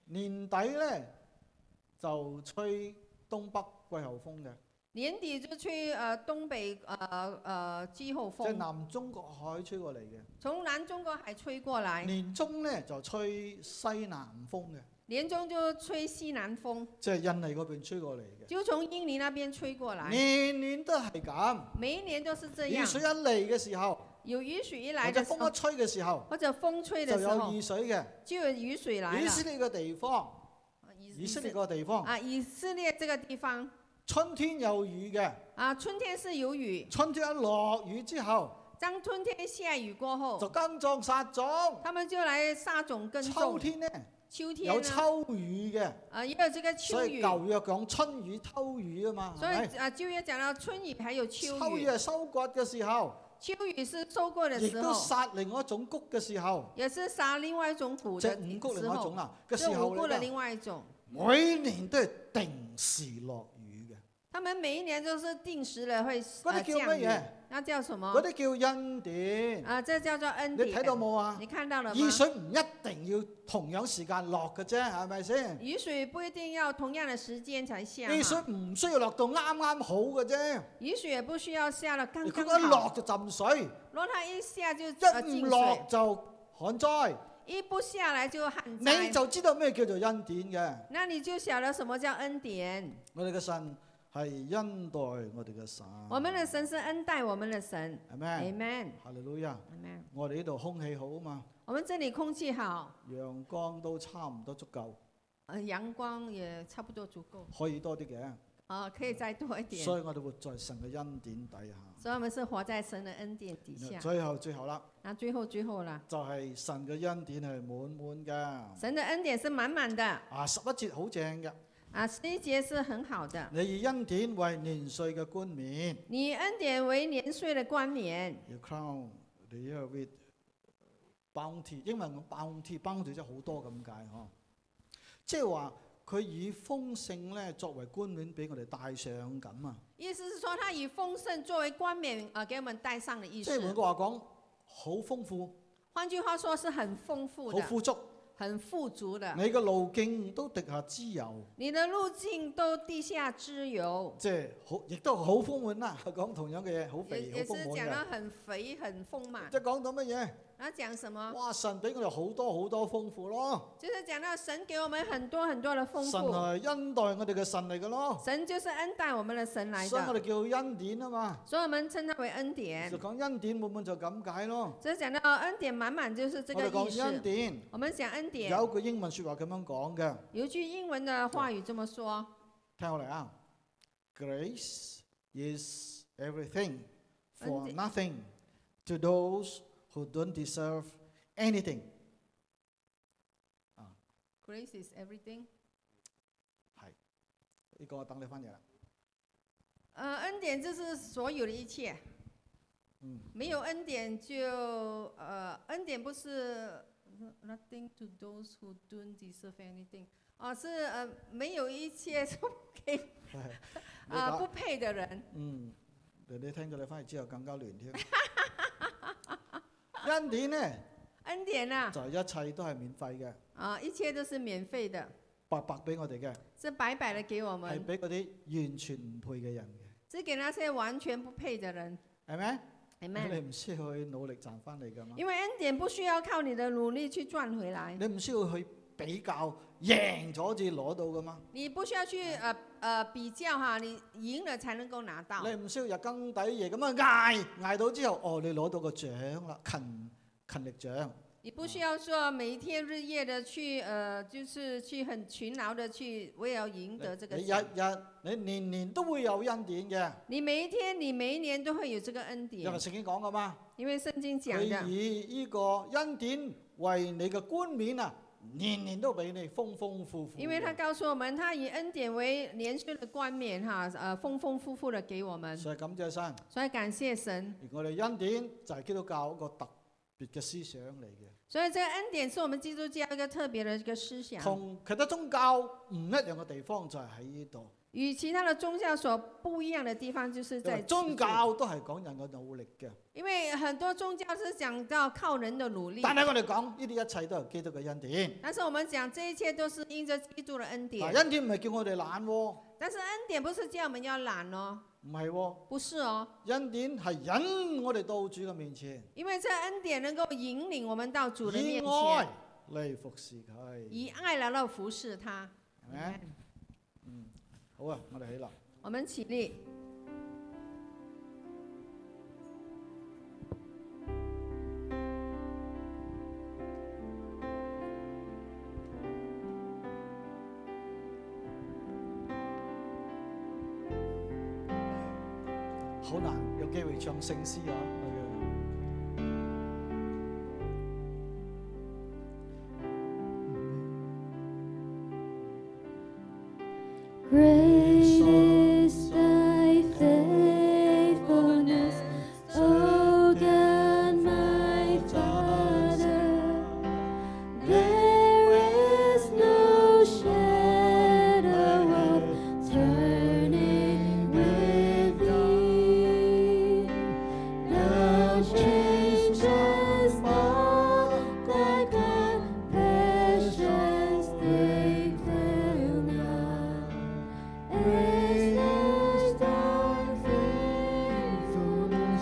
Speaker 1: 年底咧就吹東北季候風嘅，
Speaker 2: 年底就吹呃东北呃呃季候
Speaker 1: 即係
Speaker 2: 风，
Speaker 1: 南中國海吹過嚟嘅。
Speaker 2: 从南中国海吹过来，
Speaker 1: 年中咧就吹西南風嘅，
Speaker 2: 年终就吹西南风，
Speaker 1: 即係印尼嗰邊吹過嚟嘅，
Speaker 2: 就从印尼那边吹过来，
Speaker 1: 年年都係咁。
Speaker 2: 每一年都是这
Speaker 1: 雨
Speaker 2: 样。
Speaker 1: 水一嚟嘅時候，
Speaker 2: 有雨水一
Speaker 1: 或
Speaker 2: 来
Speaker 1: 者
Speaker 2: 的时
Speaker 1: 風
Speaker 2: 候
Speaker 1: 一，吹嘅時候，
Speaker 2: 或者风吹的
Speaker 1: 就
Speaker 2: 时
Speaker 1: 有
Speaker 2: 候，
Speaker 1: 雨水嘅。
Speaker 2: 就有雨水来
Speaker 1: 以
Speaker 2: 了。
Speaker 1: 色列嘅地方，
Speaker 2: 啊以
Speaker 1: 以色列
Speaker 2: 列
Speaker 1: 個地方，
Speaker 2: 啊，以色列这个地方
Speaker 1: 春天有雨嘅，
Speaker 2: 啊，春天是有雨，
Speaker 1: 春天一落雨之後
Speaker 2: 当春天下雨过
Speaker 1: 就
Speaker 2: 后，
Speaker 1: 耕種撒種。
Speaker 2: 他们就来撒种耕
Speaker 1: 秋
Speaker 2: 种。
Speaker 1: 天呢
Speaker 2: 秋天
Speaker 1: 有
Speaker 2: 呢，
Speaker 1: 秋雨嘅，
Speaker 2: 啊，也有这个秋
Speaker 1: 所以
Speaker 2: 雨，
Speaker 1: 舊約講春雨、秋雨啊嘛，
Speaker 2: 所
Speaker 1: 係咪
Speaker 2: 以？啊，就业讲到春雨还有秋
Speaker 1: 秋雨
Speaker 2: 雨，
Speaker 1: 係收割嘅時候，
Speaker 2: 秋雨是收割的
Speaker 1: 亦
Speaker 2: 时
Speaker 1: 都
Speaker 2: 候，
Speaker 1: 殺另外一種谷嘅時候，
Speaker 2: 也是撒另外一种谷
Speaker 1: 即
Speaker 2: 的
Speaker 1: 係五谷
Speaker 2: 时
Speaker 1: 另外一種
Speaker 2: 候，
Speaker 1: 啦嘅時
Speaker 2: 是五
Speaker 1: 候
Speaker 2: 谷的
Speaker 1: 嚟
Speaker 2: 另外一种。
Speaker 1: 每年都係定時落雨嘅。
Speaker 2: 他们每一年都是定时的会
Speaker 1: 嗰啲
Speaker 2: 呃
Speaker 1: 叫乜
Speaker 2: 降雨，
Speaker 1: 嘢？
Speaker 2: 那叫什
Speaker 1: 嗰
Speaker 2: 么？
Speaker 1: 啲叫恩典。
Speaker 2: 啊，这叫做啊恩
Speaker 1: 你
Speaker 2: 典。
Speaker 1: 睇到冇啊？
Speaker 2: 你看到了吗
Speaker 1: 雨？水唔一定要同樣時間落嘅啫，係咪先？
Speaker 2: 雨水不一定要同样的时间才下嘛，
Speaker 1: 雨水唔需要落到啱啱好嘅啫，
Speaker 2: 雨水也不需要下了刚
Speaker 1: 佢
Speaker 2: 刚
Speaker 1: 一
Speaker 2: 好
Speaker 1: 落。就浸水，
Speaker 2: 若它一下就呃
Speaker 1: 一唔
Speaker 2: 进水
Speaker 1: 落，就旱災。
Speaker 2: 一不下来就旱灾
Speaker 1: 你。就知道咩叫做恩典嘅。
Speaker 2: 那你就晓得什么叫恩典。
Speaker 1: 我哋嘅神係恩待我哋嘅神。
Speaker 2: 我们的神是恩待我们的神。
Speaker 1: 係咩？
Speaker 2: Amen。
Speaker 1: 哈利路亞！
Speaker 2: Amen。
Speaker 1: 我哋呢度空氣好啊嘛，
Speaker 2: 我们这里空气好，
Speaker 1: 陽光都差唔多足夠，
Speaker 2: 呃，阳光也差不多足够
Speaker 1: 可以多啲嘅。
Speaker 2: 啊、可以再多一点。
Speaker 1: 所以我哋活在神嘅恩典底下。
Speaker 2: 所以我们是活在神的恩典底下。
Speaker 1: 最後最後啦。
Speaker 2: 那最后最后啦，
Speaker 1: 就係神嘅恩典係滿滿嘅。
Speaker 2: 神的恩典是满滿的
Speaker 1: 啊，十一節好正嘅，
Speaker 2: 啊，十一节是很好的。
Speaker 1: 你以恩典為年歲嘅冠冕，
Speaker 2: 你恩典为年岁的冠冕，
Speaker 1: 要 crown the year with bounty。英文講 bounty，bounty 即係好多咁解呵。即係話佢以豐盛咧作為冠冕俾我哋戴上咁啊。
Speaker 2: 意思是说他以丰盛作为冠冕啊、呃给我们戴上的意
Speaker 1: 即係換
Speaker 2: 思。
Speaker 1: 句話講，好豐富，
Speaker 2: 换句话说，是很丰富
Speaker 1: 好
Speaker 2: 的、啊
Speaker 1: 富足，
Speaker 2: 很富足的。
Speaker 1: 你嘅路徑都滴下之油。
Speaker 2: 你的路径都地下之油，
Speaker 1: 即係好，亦都好豐滿啦。 [LAUGHS] 講同樣嘅嘢，好
Speaker 2: 也
Speaker 1: 肥，好
Speaker 2: 也是
Speaker 1: 豐
Speaker 2: 讲
Speaker 1: 滿
Speaker 2: 到很肥很丰
Speaker 1: 嘅。
Speaker 2: 满。
Speaker 1: 即係講到乜嘢？
Speaker 2: 然后讲什么？
Speaker 1: 哇！神俾我哋好多好多豐富咯，
Speaker 2: 就是讲到神给我们很多很多的丰
Speaker 1: 神
Speaker 2: 富，
Speaker 1: 係恩待我哋嘅神嚟嘅咯，
Speaker 2: 神就是恩待我们的神来
Speaker 1: 所以我
Speaker 2: 的，
Speaker 1: 哋叫恩典啊嘛。
Speaker 2: 所以我们称它为恩典
Speaker 1: 就。講恩典滿滿就咁解咯。
Speaker 2: 就是讲到恩典满满，就是这
Speaker 1: 我
Speaker 2: 个
Speaker 1: 哋
Speaker 2: 意
Speaker 1: 講恩
Speaker 2: 思。
Speaker 1: 典，
Speaker 2: 我们讲恩典，
Speaker 1: 有句英文説話咁樣講嘅，
Speaker 2: 有一句英文的话语这么说
Speaker 1: 聽我嚟啊。Grace is everything
Speaker 2: 恩
Speaker 1: for
Speaker 2: 典
Speaker 1: nothing to those who don't deserve anything。
Speaker 2: ：“Grace is everything。
Speaker 1: 呢個我等你翻譯啦。”
Speaker 2: 呃，恩典就是所有的一切，
Speaker 1: 嗯，
Speaker 2: 没有恩典就呃，恩典不是 nothing to those who don't deserve anything，啊、是呃没有一切是不
Speaker 1: [LAUGHS]
Speaker 2: 给
Speaker 1: 你
Speaker 2: 啊、
Speaker 1: 打
Speaker 2: 不配的人。
Speaker 1: 嗯，你你聽咗你翻譯之後更加亂
Speaker 2: [LAUGHS]
Speaker 1: 添。恩典呢？
Speaker 2: 恩典呐、
Speaker 1: 就係一切都係免費嘅，
Speaker 2: 啊，一切都是免费的，
Speaker 1: 白白俾我哋嘅，
Speaker 2: 是白白的给我
Speaker 1: 係
Speaker 2: 们，
Speaker 1: 俾嗰啲完全唔配嘅人
Speaker 2: 是给那些完全不配的人。
Speaker 1: 嘅，係咪？
Speaker 2: Amen。
Speaker 1: 你唔需要去努力賺翻嚟噶嘛，
Speaker 2: 因为恩典不需要靠你的努力去赚回来，
Speaker 1: 你唔需要去比較贏咗至攞到噶嘛，
Speaker 2: 你不需要去呃呃比较哈，你赢了才能够拿到。
Speaker 1: 你唔需要日更底夜咁啊捱捱到之後，哦你攞到個獎啦，勤勤力獎，
Speaker 2: 你不需要说每一天日夜的去呃，就是去很勤劳的去，我也要
Speaker 1: 你
Speaker 2: 赢得这个
Speaker 1: 你日
Speaker 2: 奖。
Speaker 1: 日你年年都會有恩典嘅，
Speaker 2: 你每一天，你每一年都会有这个恩
Speaker 1: 因為
Speaker 2: 典，
Speaker 1: 聖經講噶嘛，
Speaker 2: 因为聖經讲
Speaker 1: 佢
Speaker 2: 的，
Speaker 1: 以呢個恩典為你嘅冠冕啊，年年都俾你豐豐富富嘅。
Speaker 2: 因为他告诉我们，他以恩典为年岁的冠冕哈，呃，丰丰富富的给我们，
Speaker 1: 所以感謝神。
Speaker 2: 所以感谢神。
Speaker 1: 而我哋恩典就係基督教一個特別嘅思想嚟嘅，
Speaker 2: 所以这个恩典是我们基督教一个特别的一个思想，
Speaker 1: 同其他宗教唔一樣嘅地方就係喺呢度。
Speaker 2: 与其他的宗教所不一样的地方，就是
Speaker 1: 因
Speaker 2: 在
Speaker 1: 為宗
Speaker 2: 此处，
Speaker 1: 教都係講人嘅努力嘅，
Speaker 2: 因为很多宗教是讲到靠人的努力。
Speaker 1: 但係我哋講呢啲一切都係基督嘅恩典。
Speaker 2: 但是我们讲这一切都是因着基督的恩
Speaker 1: 嗱，
Speaker 2: 典，
Speaker 1: 恩典唔係叫我哋懶喎，
Speaker 2: 但是恩典不是叫我们要懒哦，
Speaker 1: 唔係喎，
Speaker 2: 不是哦，
Speaker 1: 恩典係引我哋到主嘅面前，
Speaker 2: 因为这恩典能够引领我们到主的
Speaker 1: 以
Speaker 2: 面
Speaker 1: 愛
Speaker 2: 前，
Speaker 1: 嚟服侍佢，
Speaker 2: 以爱来到服侍他。
Speaker 1: 係咪？嗯，好啊，我哋起立。
Speaker 2: 我们起立，
Speaker 1: 好難有機會唱聖詩啊，我哋